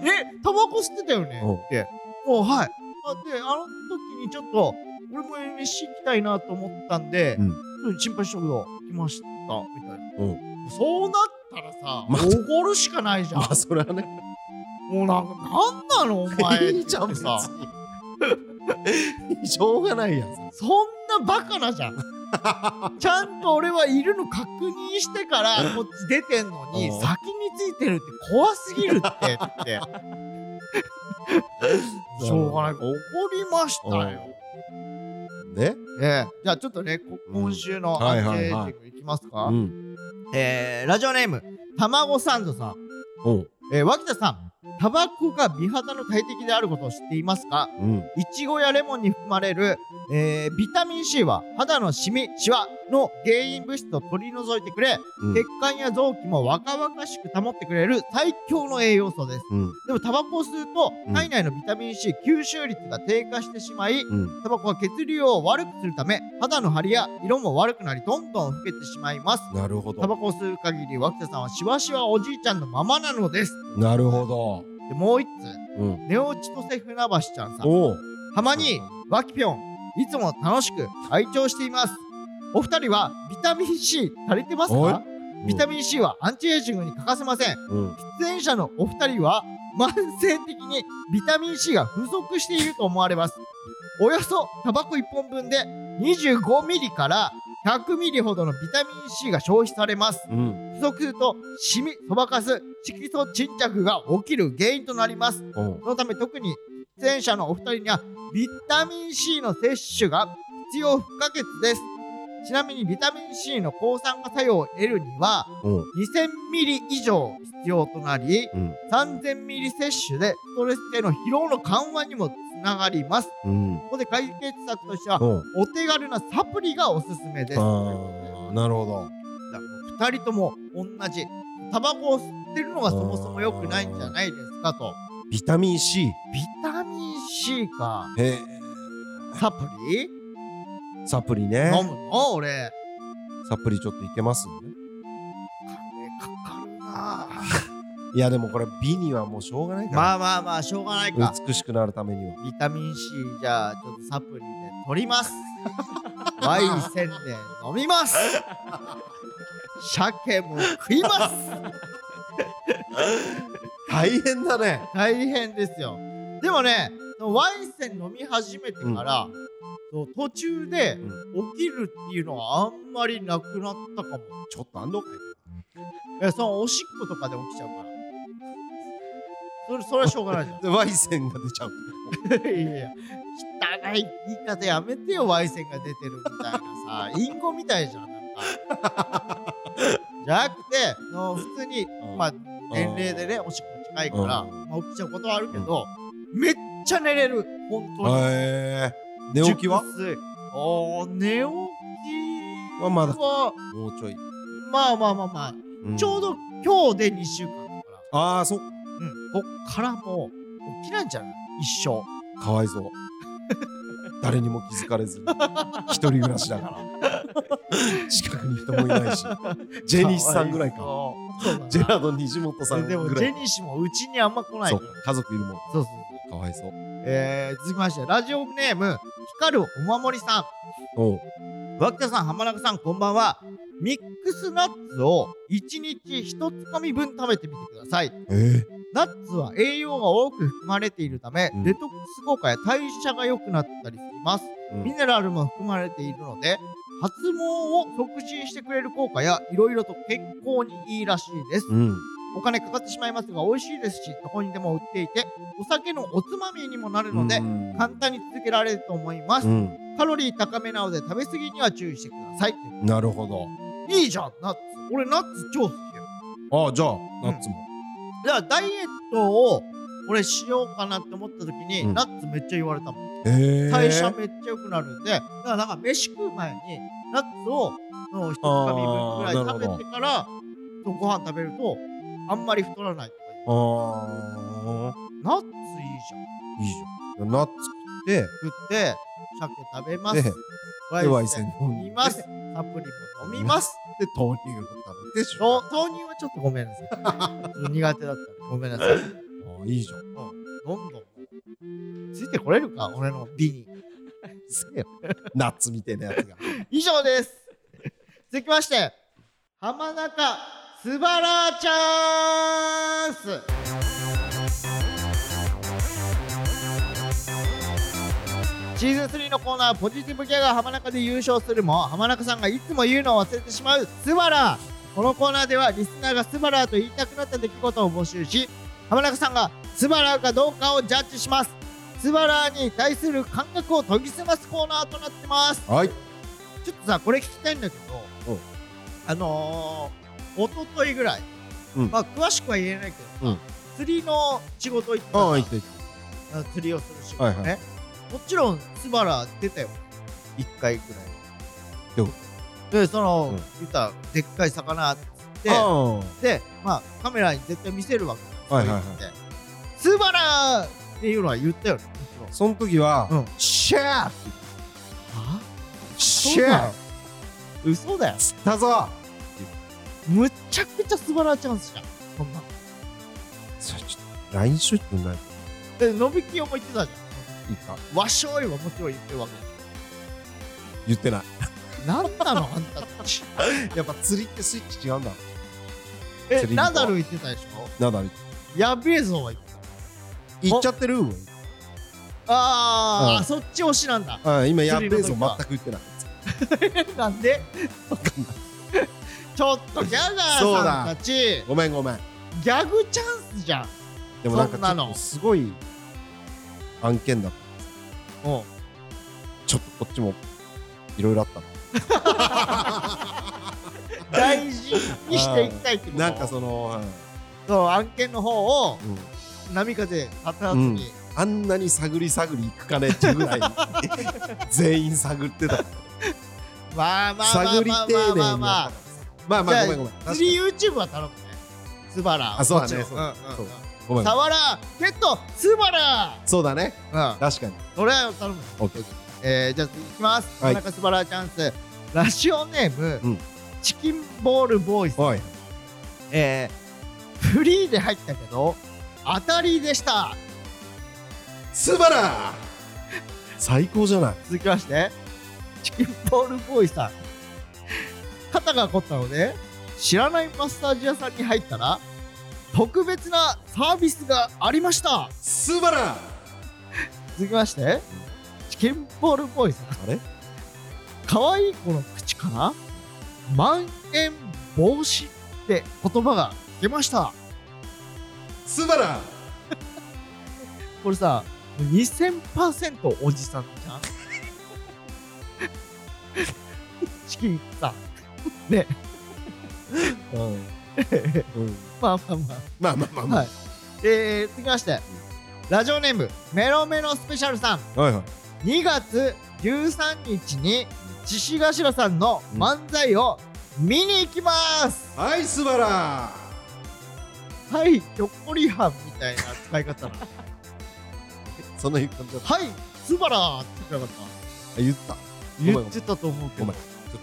[SPEAKER 2] で、え、タバコ吸ってたよね
[SPEAKER 1] うん
[SPEAKER 2] って、おはい。あで、あの時にちょっと、俺も飯行きたいなと思ったんで、
[SPEAKER 1] うん
[SPEAKER 2] 心配食堂来ましたみたいな、
[SPEAKER 1] う
[SPEAKER 2] そうなったらさ、
[SPEAKER 1] まあ
[SPEAKER 2] おごるしかないじゃん
[SPEAKER 1] まあそれはね
[SPEAKER 2] もうなんかなんなのお前
[SPEAKER 1] いいじゃん
[SPEAKER 2] って
[SPEAKER 1] 別
[SPEAKER 2] さ
[SPEAKER 1] に <laughs> しょうがないやん
[SPEAKER 2] そんなバカなじゃんちゃんと俺はいるの確認してからこっち出てんのに
[SPEAKER 1] うん
[SPEAKER 2] 先についてるって怖すぎるってってしょうがないから怒りましたよ、
[SPEAKER 1] ね
[SPEAKER 2] ええじゃあちょっとねこ
[SPEAKER 1] うん
[SPEAKER 2] 今週の
[SPEAKER 1] は
[SPEAKER 2] ア
[SPEAKER 1] い
[SPEAKER 2] ンチ
[SPEAKER 1] はい
[SPEAKER 2] エイジ
[SPEAKER 1] はい
[SPEAKER 2] ングいきますか、
[SPEAKER 1] ん
[SPEAKER 2] えーラジオネームたまごサンドさん
[SPEAKER 1] うん
[SPEAKER 2] えー、脇田さん、タバコが美肌の大敵であることを知っていますか
[SPEAKER 1] うん
[SPEAKER 2] いちごやレモンに含まれる、えービタミン C は肌のシミ、シワの原因物質を取り除いてくれ、
[SPEAKER 1] うん
[SPEAKER 2] 血管や臓器も若々しく保ってくれる最強の栄養素です。
[SPEAKER 1] うん
[SPEAKER 2] でもタバコを吸うと
[SPEAKER 1] うん
[SPEAKER 2] 体内のビタミン C 吸収率が低下してしまい、
[SPEAKER 1] うん
[SPEAKER 2] タバコは血流を悪くするため肌の張りや色も悪くなりどんどん老けてしまいます。
[SPEAKER 1] なるほど
[SPEAKER 2] タバコを吸う限り脇田さんはシワシワおじいちゃんのままなのです。
[SPEAKER 1] なるほど
[SPEAKER 2] でもう一
[SPEAKER 1] うん
[SPEAKER 2] つ、ネオ千歳船橋ちゃんさん。
[SPEAKER 1] おう
[SPEAKER 2] たまに、ワキぴょん、いつも楽しく拝聴しています。お二人はビタミン C 足りてます
[SPEAKER 1] おい
[SPEAKER 2] かビタミン C はアンチエイジングに欠かせません。
[SPEAKER 1] うん
[SPEAKER 2] 出演者のお二人は、慢性的にビタミン C が不足していると思われます。およそタバコ1本分で25ミリから100ミリほどのビタミン C が消費されます。
[SPEAKER 1] うん
[SPEAKER 2] 不足するとシミそばかす色素沈着が起きる原因となります
[SPEAKER 1] うん
[SPEAKER 2] そのため特に出演者のお二人にはビタミン C の摂取が必要不可欠ですちなみにビタミン C の抗酸化作用を得るには
[SPEAKER 1] うん
[SPEAKER 2] 2000ミリ以上必要となり
[SPEAKER 1] うん
[SPEAKER 2] 3000ミリ摂取でストレスへの疲労の緩和にもつながります
[SPEAKER 1] うん
[SPEAKER 2] ここで解決策としては
[SPEAKER 1] うん
[SPEAKER 2] お手軽なサプリがおすすめです
[SPEAKER 1] ああなるほど
[SPEAKER 2] だから2人とも同じタバコを吸ってるのがそもそも良くないんじゃないですかと
[SPEAKER 1] ビタミン C
[SPEAKER 2] ビタミン C か
[SPEAKER 1] へえ
[SPEAKER 2] サプリ
[SPEAKER 1] サプリね
[SPEAKER 2] 飲むの俺
[SPEAKER 1] サプリちょっといけますね
[SPEAKER 2] 金かかるない
[SPEAKER 1] やでもこれ美にはもうしょうがない
[SPEAKER 2] ま
[SPEAKER 1] か
[SPEAKER 2] あまあまあしょうがない
[SPEAKER 1] ら
[SPEAKER 2] か
[SPEAKER 1] 美しくなるためには
[SPEAKER 2] ビタミン C じゃあちょっとサプリで取ります <laughs> Y 1000で飲み <laughs> ます鮭も食います
[SPEAKER 1] 大変だね
[SPEAKER 2] 大変ですよでもねワイン線飲み始めてから、そう途中で起きるっていうのはあんまりなくなったかも
[SPEAKER 1] ちょっとあんのか
[SPEAKER 2] えそのおしっことかで起きちゃうからそれそれはしょうがな
[SPEAKER 1] <laughs>
[SPEAKER 2] いじゃん
[SPEAKER 1] いワイセンが出ちゃう
[SPEAKER 2] いやいや汚い言い方やめてよワイセンが出てるみたいなさインゴみたいじゃんなんかじゃなくての普通に
[SPEAKER 1] うん
[SPEAKER 2] まあ年齢でねおしっこ近いから、
[SPEAKER 1] うん
[SPEAKER 2] まあ、起きちゃうことはあるけど、めっちゃ寝れる本当に
[SPEAKER 1] へえ寝起きは
[SPEAKER 2] 熟睡あー寝起き
[SPEAKER 1] はまだ
[SPEAKER 2] は
[SPEAKER 1] もうちょい
[SPEAKER 2] まあまあまあまあ、ちょうど今日で2週間だから
[SPEAKER 1] ああそう
[SPEAKER 2] うんこっからもう起きないんじゃない一生
[SPEAKER 1] かわい
[SPEAKER 2] <laughs>
[SPEAKER 1] そう誰にも気づかれずに一人暮らしだから
[SPEAKER 2] <laughs>
[SPEAKER 1] 近くに人もいないしジェニーさんぐらいか
[SPEAKER 2] そう
[SPEAKER 1] ジェ
[SPEAKER 2] だ
[SPEAKER 1] ラード西本さ
[SPEAKER 2] なん
[SPEAKER 1] ぐ
[SPEAKER 2] でもジ
[SPEAKER 1] らい
[SPEAKER 2] ェニー氏もうちにあんま来ない
[SPEAKER 1] そ
[SPEAKER 2] そう
[SPEAKER 1] う家族いるもん
[SPEAKER 2] そうそう
[SPEAKER 1] かわいそう
[SPEAKER 2] えー、続きましてラジオネーム光るお守りさん
[SPEAKER 1] おう
[SPEAKER 2] 脇田さん浜中さんこんばんはミックスナッツを1日1つかみ分食べてみてください
[SPEAKER 1] え
[SPEAKER 2] ナッツは栄養が多く含まれているため、
[SPEAKER 1] うん
[SPEAKER 2] デトックス効果や代謝が良くなったりします、
[SPEAKER 1] うん
[SPEAKER 2] ミネラルも含まれているので発毛を促進してくれる効果やいろいろと健康にいいらしいです、
[SPEAKER 1] えうん
[SPEAKER 2] お金かかってしまいますが美味しいですしどこにでも売っていてお酒のおつまみにもなるので、
[SPEAKER 1] うん
[SPEAKER 2] 簡単に続けられると思います、
[SPEAKER 1] うん
[SPEAKER 2] カロリー高めなので食べ過ぎには注意してください
[SPEAKER 1] なるほど
[SPEAKER 2] いいじゃんナッツ俺ナッツ超好きよ
[SPEAKER 1] ああじゃあナッツも
[SPEAKER 2] だからダイエットを俺しようかなって思った時に、
[SPEAKER 1] うん
[SPEAKER 2] ナッツめっちゃ言われたもん
[SPEAKER 1] ええ
[SPEAKER 2] 代謝めっちゃ良くなるんでだからなんか飯食う前にナッツをの一つかみ分ぐらい
[SPEAKER 1] あーなるほど
[SPEAKER 2] 食べてからそうご飯食べるとあんまり太らないとかいう
[SPEAKER 1] あ
[SPEAKER 2] ナッツいいじゃん
[SPEAKER 1] ーいいじゃんナッツ食って
[SPEAKER 2] 食って鮭食べます
[SPEAKER 1] で
[SPEAKER 2] ワ
[SPEAKER 1] でワ
[SPEAKER 2] イ
[SPEAKER 1] イ
[SPEAKER 2] セ
[SPEAKER 1] セ
[SPEAKER 2] ン
[SPEAKER 1] ン
[SPEAKER 2] 飲
[SPEAKER 1] 飲んで
[SPEAKER 2] みますサプリも飲みます
[SPEAKER 1] で豆乳を食べてし
[SPEAKER 2] と豆乳はちょっとごめんなさいちょっと苦手だったごめんなさい
[SPEAKER 1] ああいいじゃん
[SPEAKER 2] どんどんついてこれるか俺の美に
[SPEAKER 1] すげえ <laughs> ナッツみたいなやつが
[SPEAKER 2] 以上です続きまして浜中スバラチャンスシーズン3のコーナーポジティブギャガー浜中で優勝するも浜中さんがいつも言うのを忘れてしまうスバラこのコーナーではリスナーがスバラと言いたくなった出来事を募集し浜中さんがスバラかどうかをジャッジしますスバラに対する感覚を研ぎ澄ますコーナーとなってます
[SPEAKER 1] はい
[SPEAKER 2] ちょっとさこれ聞きたいんだけど、
[SPEAKER 1] うん
[SPEAKER 2] あのー、一昨日ぐらい、
[SPEAKER 1] うん
[SPEAKER 2] まあ詳しくは言えないけど
[SPEAKER 1] う
[SPEAKER 2] さ、
[SPEAKER 1] ん
[SPEAKER 2] 釣りの仕事行ってた
[SPEAKER 1] ああ
[SPEAKER 2] じ
[SPEAKER 1] いって
[SPEAKER 2] ゃんあ釣りをする仕事ね、
[SPEAKER 1] はいは
[SPEAKER 2] もちろんスバラ出たよ一回ぐら
[SPEAKER 1] ど
[SPEAKER 2] いうでその、
[SPEAKER 1] うん
[SPEAKER 2] 言ったらでっかい魚釣って
[SPEAKER 1] あ
[SPEAKER 2] でまあカメラに絶対見せるわけ
[SPEAKER 1] はいはいはい
[SPEAKER 2] そううのってスバラっていうのは言ったよねもちろん
[SPEAKER 1] あその時は、
[SPEAKER 2] うん
[SPEAKER 1] シャー
[SPEAKER 2] あ
[SPEAKER 1] シャー
[SPEAKER 2] 嘘だよ
[SPEAKER 1] 釣ったぞ
[SPEAKER 2] むっちゃくちゃスバラチャンスじゃんこんなの
[SPEAKER 1] それちょっと LINE しといてもらえ
[SPEAKER 2] で、伸びきよも言ってたじゃ
[SPEAKER 1] いいか
[SPEAKER 2] ん。和醤油はもちろん言ってるわけ
[SPEAKER 1] 言ってない
[SPEAKER 2] なんなのあんたた <laughs> ち。
[SPEAKER 1] やっぱ釣りってスイッチ違うんだ
[SPEAKER 2] え、
[SPEAKER 1] 釣り人
[SPEAKER 2] ナダル言ってたでしょ
[SPEAKER 1] なんだあれ
[SPEAKER 2] やべえぞは言ってた。
[SPEAKER 1] 言っちゃってる
[SPEAKER 2] あー、
[SPEAKER 1] うん。
[SPEAKER 2] そっち推しなんだ
[SPEAKER 1] ああ今やっべえぞ
[SPEAKER 2] 釣
[SPEAKER 1] 全
[SPEAKER 2] りの時か
[SPEAKER 1] く言ってない
[SPEAKER 2] なんでちょっとギャガ
[SPEAKER 1] そうだ
[SPEAKER 2] ーさんたち、
[SPEAKER 1] ごめんごめん
[SPEAKER 2] ギャグチャンスじゃん。
[SPEAKER 1] でもなんか
[SPEAKER 2] そんな
[SPEAKER 1] ち
[SPEAKER 2] の
[SPEAKER 1] ょっとすごい案件だった
[SPEAKER 2] うん。
[SPEAKER 1] ちょっとこっちもいろいろあったの
[SPEAKER 2] 大事にしていきたいってこと。
[SPEAKER 1] なんかその、はい
[SPEAKER 2] そう、案件の方を
[SPEAKER 1] うん
[SPEAKER 2] 波風立たず
[SPEAKER 1] うん
[SPEAKER 2] に、
[SPEAKER 1] あんなに探り探り行くかねっていうぐ <laughs> らい全員探ってた
[SPEAKER 2] まあまあまあ
[SPEAKER 1] 探り
[SPEAKER 2] まあ
[SPEAKER 1] 丁寧
[SPEAKER 2] まあ
[SPEAKER 1] に
[SPEAKER 2] まあまあ。
[SPEAKER 1] まあまあごめんごめん
[SPEAKER 2] 釣り YouTube は頼むね。スバラ。
[SPEAKER 1] あそうだね
[SPEAKER 2] もち
[SPEAKER 1] そ
[SPEAKER 2] ろ
[SPEAKER 1] うんだね
[SPEAKER 2] うんうん
[SPEAKER 1] そううんごめん
[SPEAKER 2] サワラゲットスバラ
[SPEAKER 1] そうだね
[SPEAKER 2] うん
[SPEAKER 1] 確かに
[SPEAKER 2] それは頼む
[SPEAKER 1] OK
[SPEAKER 2] えー、じゃあ次いきます
[SPEAKER 1] は
[SPEAKER 2] 田
[SPEAKER 1] い
[SPEAKER 2] 中スバラチャンスラジオネーム、
[SPEAKER 1] うん
[SPEAKER 2] チキンボールボーイズ
[SPEAKER 1] おい
[SPEAKER 2] えー、フリーで入ったけど当たりでした
[SPEAKER 1] スバラ最高じゃない
[SPEAKER 2] 続きましてチキンボールボーイさん肩が凝ったので知らないマッサージ屋さんに入ったら特別なサービスがありました
[SPEAKER 1] スバラあ
[SPEAKER 2] 続きましてチキンボールボーイさん
[SPEAKER 1] れ
[SPEAKER 2] 可愛い子の口からまん延防止って言葉が出ました
[SPEAKER 1] スバラ
[SPEAKER 2] これさ2000%おじさんじゃんチキンさ
[SPEAKER 1] うん、 <laughs> うん、
[SPEAKER 2] まあまあまあ
[SPEAKER 1] まあまあまあまあ、
[SPEAKER 2] はい。えー、続きまして、ラジオネーム、メロメロスペシャルさん。
[SPEAKER 1] はいはい
[SPEAKER 2] 2月13日に、獅子頭さんの漫才を見に行きます、
[SPEAKER 1] はいスバラ <laughs>
[SPEAKER 2] はい、ひょっこりはんみたいな使い方な。
[SPEAKER 1] そんな言ったんだった
[SPEAKER 2] はい、スバラって言ってなかっ
[SPEAKER 1] あ言った
[SPEAKER 2] た。
[SPEAKER 1] ごめん
[SPEAKER 2] 言ってたと思うけ
[SPEAKER 1] ごめ
[SPEAKER 2] ど
[SPEAKER 1] ん。ちょっ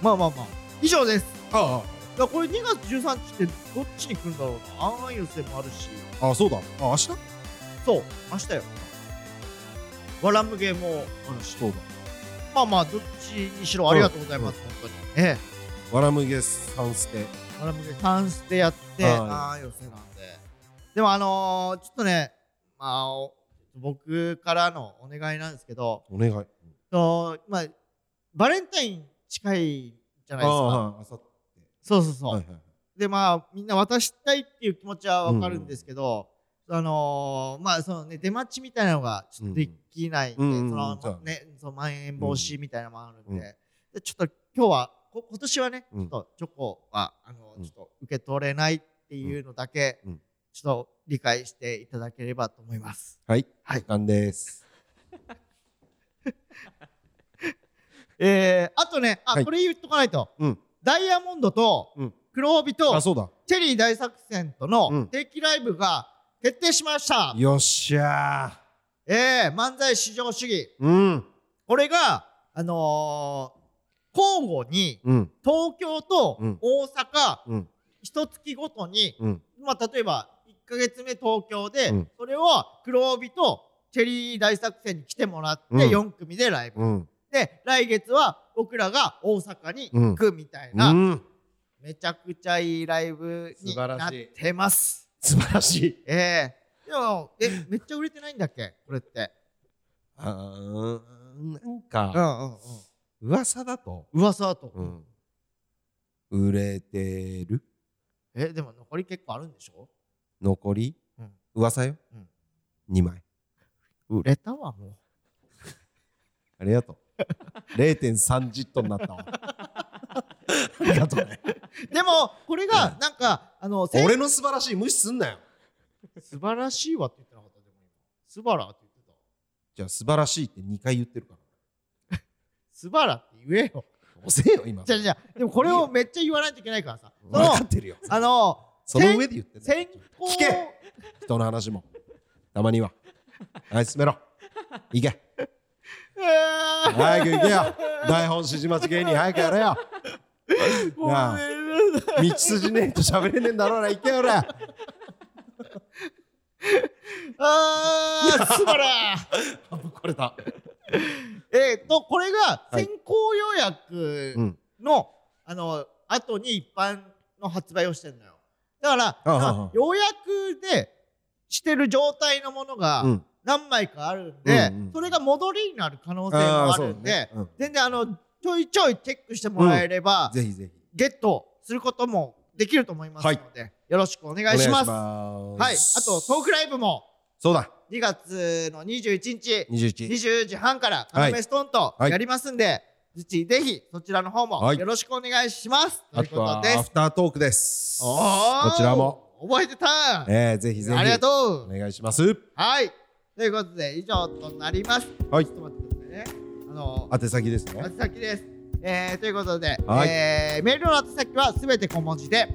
[SPEAKER 2] まあまあまあ。以上です。
[SPEAKER 1] とあ
[SPEAKER 2] だからこれ2月13日ってどっちに来るんだろうな。アンアン寄せもあるし。
[SPEAKER 1] あああそうだあ明日
[SPEAKER 2] そう、明日よ。わらむげもあるし。
[SPEAKER 1] そうだ
[SPEAKER 2] まあまあ、どっちにしろありがとうございます、本当に。え
[SPEAKER 1] わらむげさんすて
[SPEAKER 2] え。わらむげタンスでやって、
[SPEAKER 1] はい
[SPEAKER 2] ああ、寄せなんで。でもあのー、ちょっとね、まあ、お僕からのお願いなんですけど、
[SPEAKER 1] お願い
[SPEAKER 2] とまあ、バレンタイン近いじゃないですか。
[SPEAKER 1] ああさ
[SPEAKER 2] そうそうそう。
[SPEAKER 1] はいはい
[SPEAKER 2] でまあみんな渡したいっていう気持ちはわかるんですけど、あのーまあそのね出待ちみたいなのがちょっとできないんで、
[SPEAKER 1] うんうん
[SPEAKER 2] そ
[SPEAKER 1] うんうんそうだ
[SPEAKER 2] の
[SPEAKER 1] ね
[SPEAKER 2] ねそのまん延防止みたいなのもあるんで,、
[SPEAKER 1] うん
[SPEAKER 2] でちょっと今日はこ今年はねち
[SPEAKER 1] う
[SPEAKER 2] ょ
[SPEAKER 1] ん
[SPEAKER 2] っとチョコはあの
[SPEAKER 1] うん
[SPEAKER 2] ちょっと受け取れないっていうのだけ、
[SPEAKER 1] うん
[SPEAKER 2] ちょっと理解していただければと思います。
[SPEAKER 1] はい
[SPEAKER 2] はい
[SPEAKER 1] 時間です
[SPEAKER 2] えー、あとねあ、
[SPEAKER 1] はい
[SPEAKER 2] これ言っとかないと
[SPEAKER 1] うん
[SPEAKER 2] ダイヤモンドと
[SPEAKER 1] うん
[SPEAKER 2] 黒帯と
[SPEAKER 1] あそうだ
[SPEAKER 2] チェリー大作戦と
[SPEAKER 1] う
[SPEAKER 2] の
[SPEAKER 1] ん
[SPEAKER 2] 定期ライブが決定しました、
[SPEAKER 1] よっしゃ
[SPEAKER 2] ええ漫才至上主義。
[SPEAKER 1] ーうん
[SPEAKER 2] これが、あのー交互に、
[SPEAKER 1] うん
[SPEAKER 2] 東京と
[SPEAKER 1] うん
[SPEAKER 2] 大阪、
[SPEAKER 1] うん
[SPEAKER 2] 一月ごとに、
[SPEAKER 1] うん
[SPEAKER 2] まあ、例えば、1ヶ月目東京で、
[SPEAKER 1] うん
[SPEAKER 2] それを黒帯とチェリー大作戦に来てもらって、
[SPEAKER 1] うん
[SPEAKER 2] 4組でライブ。
[SPEAKER 1] うん
[SPEAKER 2] で、来月は僕らが大阪に行くみたいうな、
[SPEAKER 1] ん
[SPEAKER 2] めちゃくちゃいいライブに
[SPEAKER 1] 素晴
[SPEAKER 2] な
[SPEAKER 1] ら
[SPEAKER 2] っ
[SPEAKER 1] しい
[SPEAKER 2] てます。
[SPEAKER 1] 素晴らしい
[SPEAKER 2] ええでも、え、めっちゃ売れてないんだっけこれって。
[SPEAKER 1] あーなん
[SPEAKER 2] う
[SPEAKER 1] か
[SPEAKER 2] んうんうん。
[SPEAKER 1] 噂だと
[SPEAKER 2] 噂だと。
[SPEAKER 1] うん売れてる
[SPEAKER 2] えでも残り結構あるんでしょ
[SPEAKER 1] 残り、
[SPEAKER 2] うん
[SPEAKER 1] 噂よ、
[SPEAKER 2] うん
[SPEAKER 1] 2枚
[SPEAKER 2] 売れたわも
[SPEAKER 1] ありがとう <laughs> 0.30トンになったわ <laughs> ありがとうね
[SPEAKER 2] うでもこれがなんかあのせん
[SPEAKER 1] 俺の素晴らしい無視すんなよ
[SPEAKER 2] 素晴らしいわって言ってなかったでも今素晴らって言ってた
[SPEAKER 1] じゃあ素晴らしいって2回言ってるから
[SPEAKER 2] 素晴らって言えよ
[SPEAKER 1] 押せよ今
[SPEAKER 2] じゃあじゃあでもこれをめっちゃ言わないといけないからさそ
[SPEAKER 1] 分
[SPEAKER 2] の
[SPEAKER 1] かってるよ
[SPEAKER 2] あの
[SPEAKER 1] その上で言ってんだよ
[SPEAKER 2] 先行
[SPEAKER 1] 聞け人の話もたまにははい進めろ行け
[SPEAKER 2] うわー
[SPEAKER 1] 早く行けよ台本指示待ち芸人早くやれよ
[SPEAKER 2] ごめん
[SPEAKER 1] なあ
[SPEAKER 2] なさい
[SPEAKER 1] 道筋ねえと喋れねえんだろうな行けよら
[SPEAKER 2] あー素晴ら
[SPEAKER 1] ぶっこれた
[SPEAKER 2] えっとこれが
[SPEAKER 1] はい
[SPEAKER 2] 先行予約
[SPEAKER 1] うん
[SPEAKER 2] の、あの、後に一般の発売をしてるのよ。だから、
[SPEAKER 1] あはい
[SPEAKER 2] あ
[SPEAKER 1] はい
[SPEAKER 2] 予約でしてる状態のものが
[SPEAKER 1] うん
[SPEAKER 2] 何枚かあるんで、
[SPEAKER 1] うんうん
[SPEAKER 2] それが戻りになる可能性
[SPEAKER 1] ー
[SPEAKER 2] もあ
[SPEAKER 1] そう
[SPEAKER 2] る
[SPEAKER 1] だ
[SPEAKER 2] んで、
[SPEAKER 1] ねうん
[SPEAKER 2] 全然あの、ちょいちょいチェックしてもらえれば、
[SPEAKER 1] ぜひぜひ
[SPEAKER 2] ゲットすることもできると思いますので、よろしくお願いします。
[SPEAKER 1] お
[SPEAKER 2] は
[SPEAKER 1] 願
[SPEAKER 2] い。
[SPEAKER 1] いし
[SPEAKER 2] あと、トークライブも
[SPEAKER 1] そうだ
[SPEAKER 2] 2月の21日、
[SPEAKER 1] 21
[SPEAKER 2] 20時半からカナメストーンと
[SPEAKER 1] はい
[SPEAKER 2] やりますんで、ぜひぜひそちらの方も
[SPEAKER 1] はい
[SPEAKER 2] よろしくお願いします、
[SPEAKER 1] あ
[SPEAKER 2] とい
[SPEAKER 1] と
[SPEAKER 2] うこと
[SPEAKER 1] は
[SPEAKER 2] で
[SPEAKER 1] ア
[SPEAKER 2] す
[SPEAKER 1] フタートークです
[SPEAKER 2] おー
[SPEAKER 1] こちらも
[SPEAKER 2] 覚えてた
[SPEAKER 1] えー、ぜひぜひ
[SPEAKER 2] ありが
[SPEAKER 1] お
[SPEAKER 2] とう
[SPEAKER 1] 願いします
[SPEAKER 2] はいということで以上となります
[SPEAKER 1] はい
[SPEAKER 2] ちょっと待ってくださいねあの
[SPEAKER 1] 宛先ですね
[SPEAKER 2] 宛先です。えー、ということで、
[SPEAKER 1] はい
[SPEAKER 2] えーメールの宛先はすべて小文字で、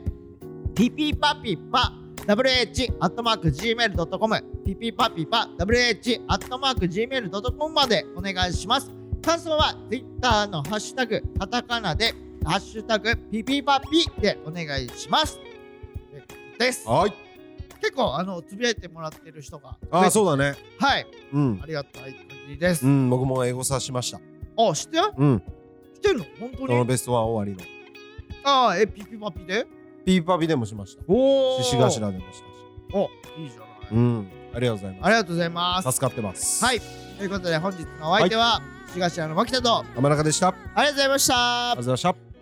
[SPEAKER 2] ピピパピパ wh アットマーク gmail.com ピピパピパ wh アットマーク gmail.com までお願いします。感想は Twitter のハッシュタグカタカナでハッシュタグピピパピでお願いします。です。
[SPEAKER 1] はい
[SPEAKER 2] 結構あのつぶやいてもらってる人が
[SPEAKER 1] あーそううだね
[SPEAKER 2] はい
[SPEAKER 1] うん
[SPEAKER 2] ありがたい限りです。
[SPEAKER 1] うん僕もエゴサしました
[SPEAKER 2] あ知ってる
[SPEAKER 1] うん
[SPEAKER 2] 知ってるの本当
[SPEAKER 1] そ
[SPEAKER 2] に
[SPEAKER 1] のベストワン終わりの
[SPEAKER 2] ああ、え、ピピパピで
[SPEAKER 1] ピーパビでもしました
[SPEAKER 2] お
[SPEAKER 1] 獅子頭でもしたし
[SPEAKER 2] お、いいじゃ
[SPEAKER 1] う
[SPEAKER 2] ない。
[SPEAKER 1] んありがとうござい
[SPEAKER 2] あ
[SPEAKER 1] ま
[SPEAKER 2] りがとうございます
[SPEAKER 1] す。助かってます
[SPEAKER 2] はい。ということで、本日のお相手は、獅子頭の牧田と、あり
[SPEAKER 1] 天中でしたありがと
[SPEAKER 2] がとうございました
[SPEAKER 1] うご。ざいました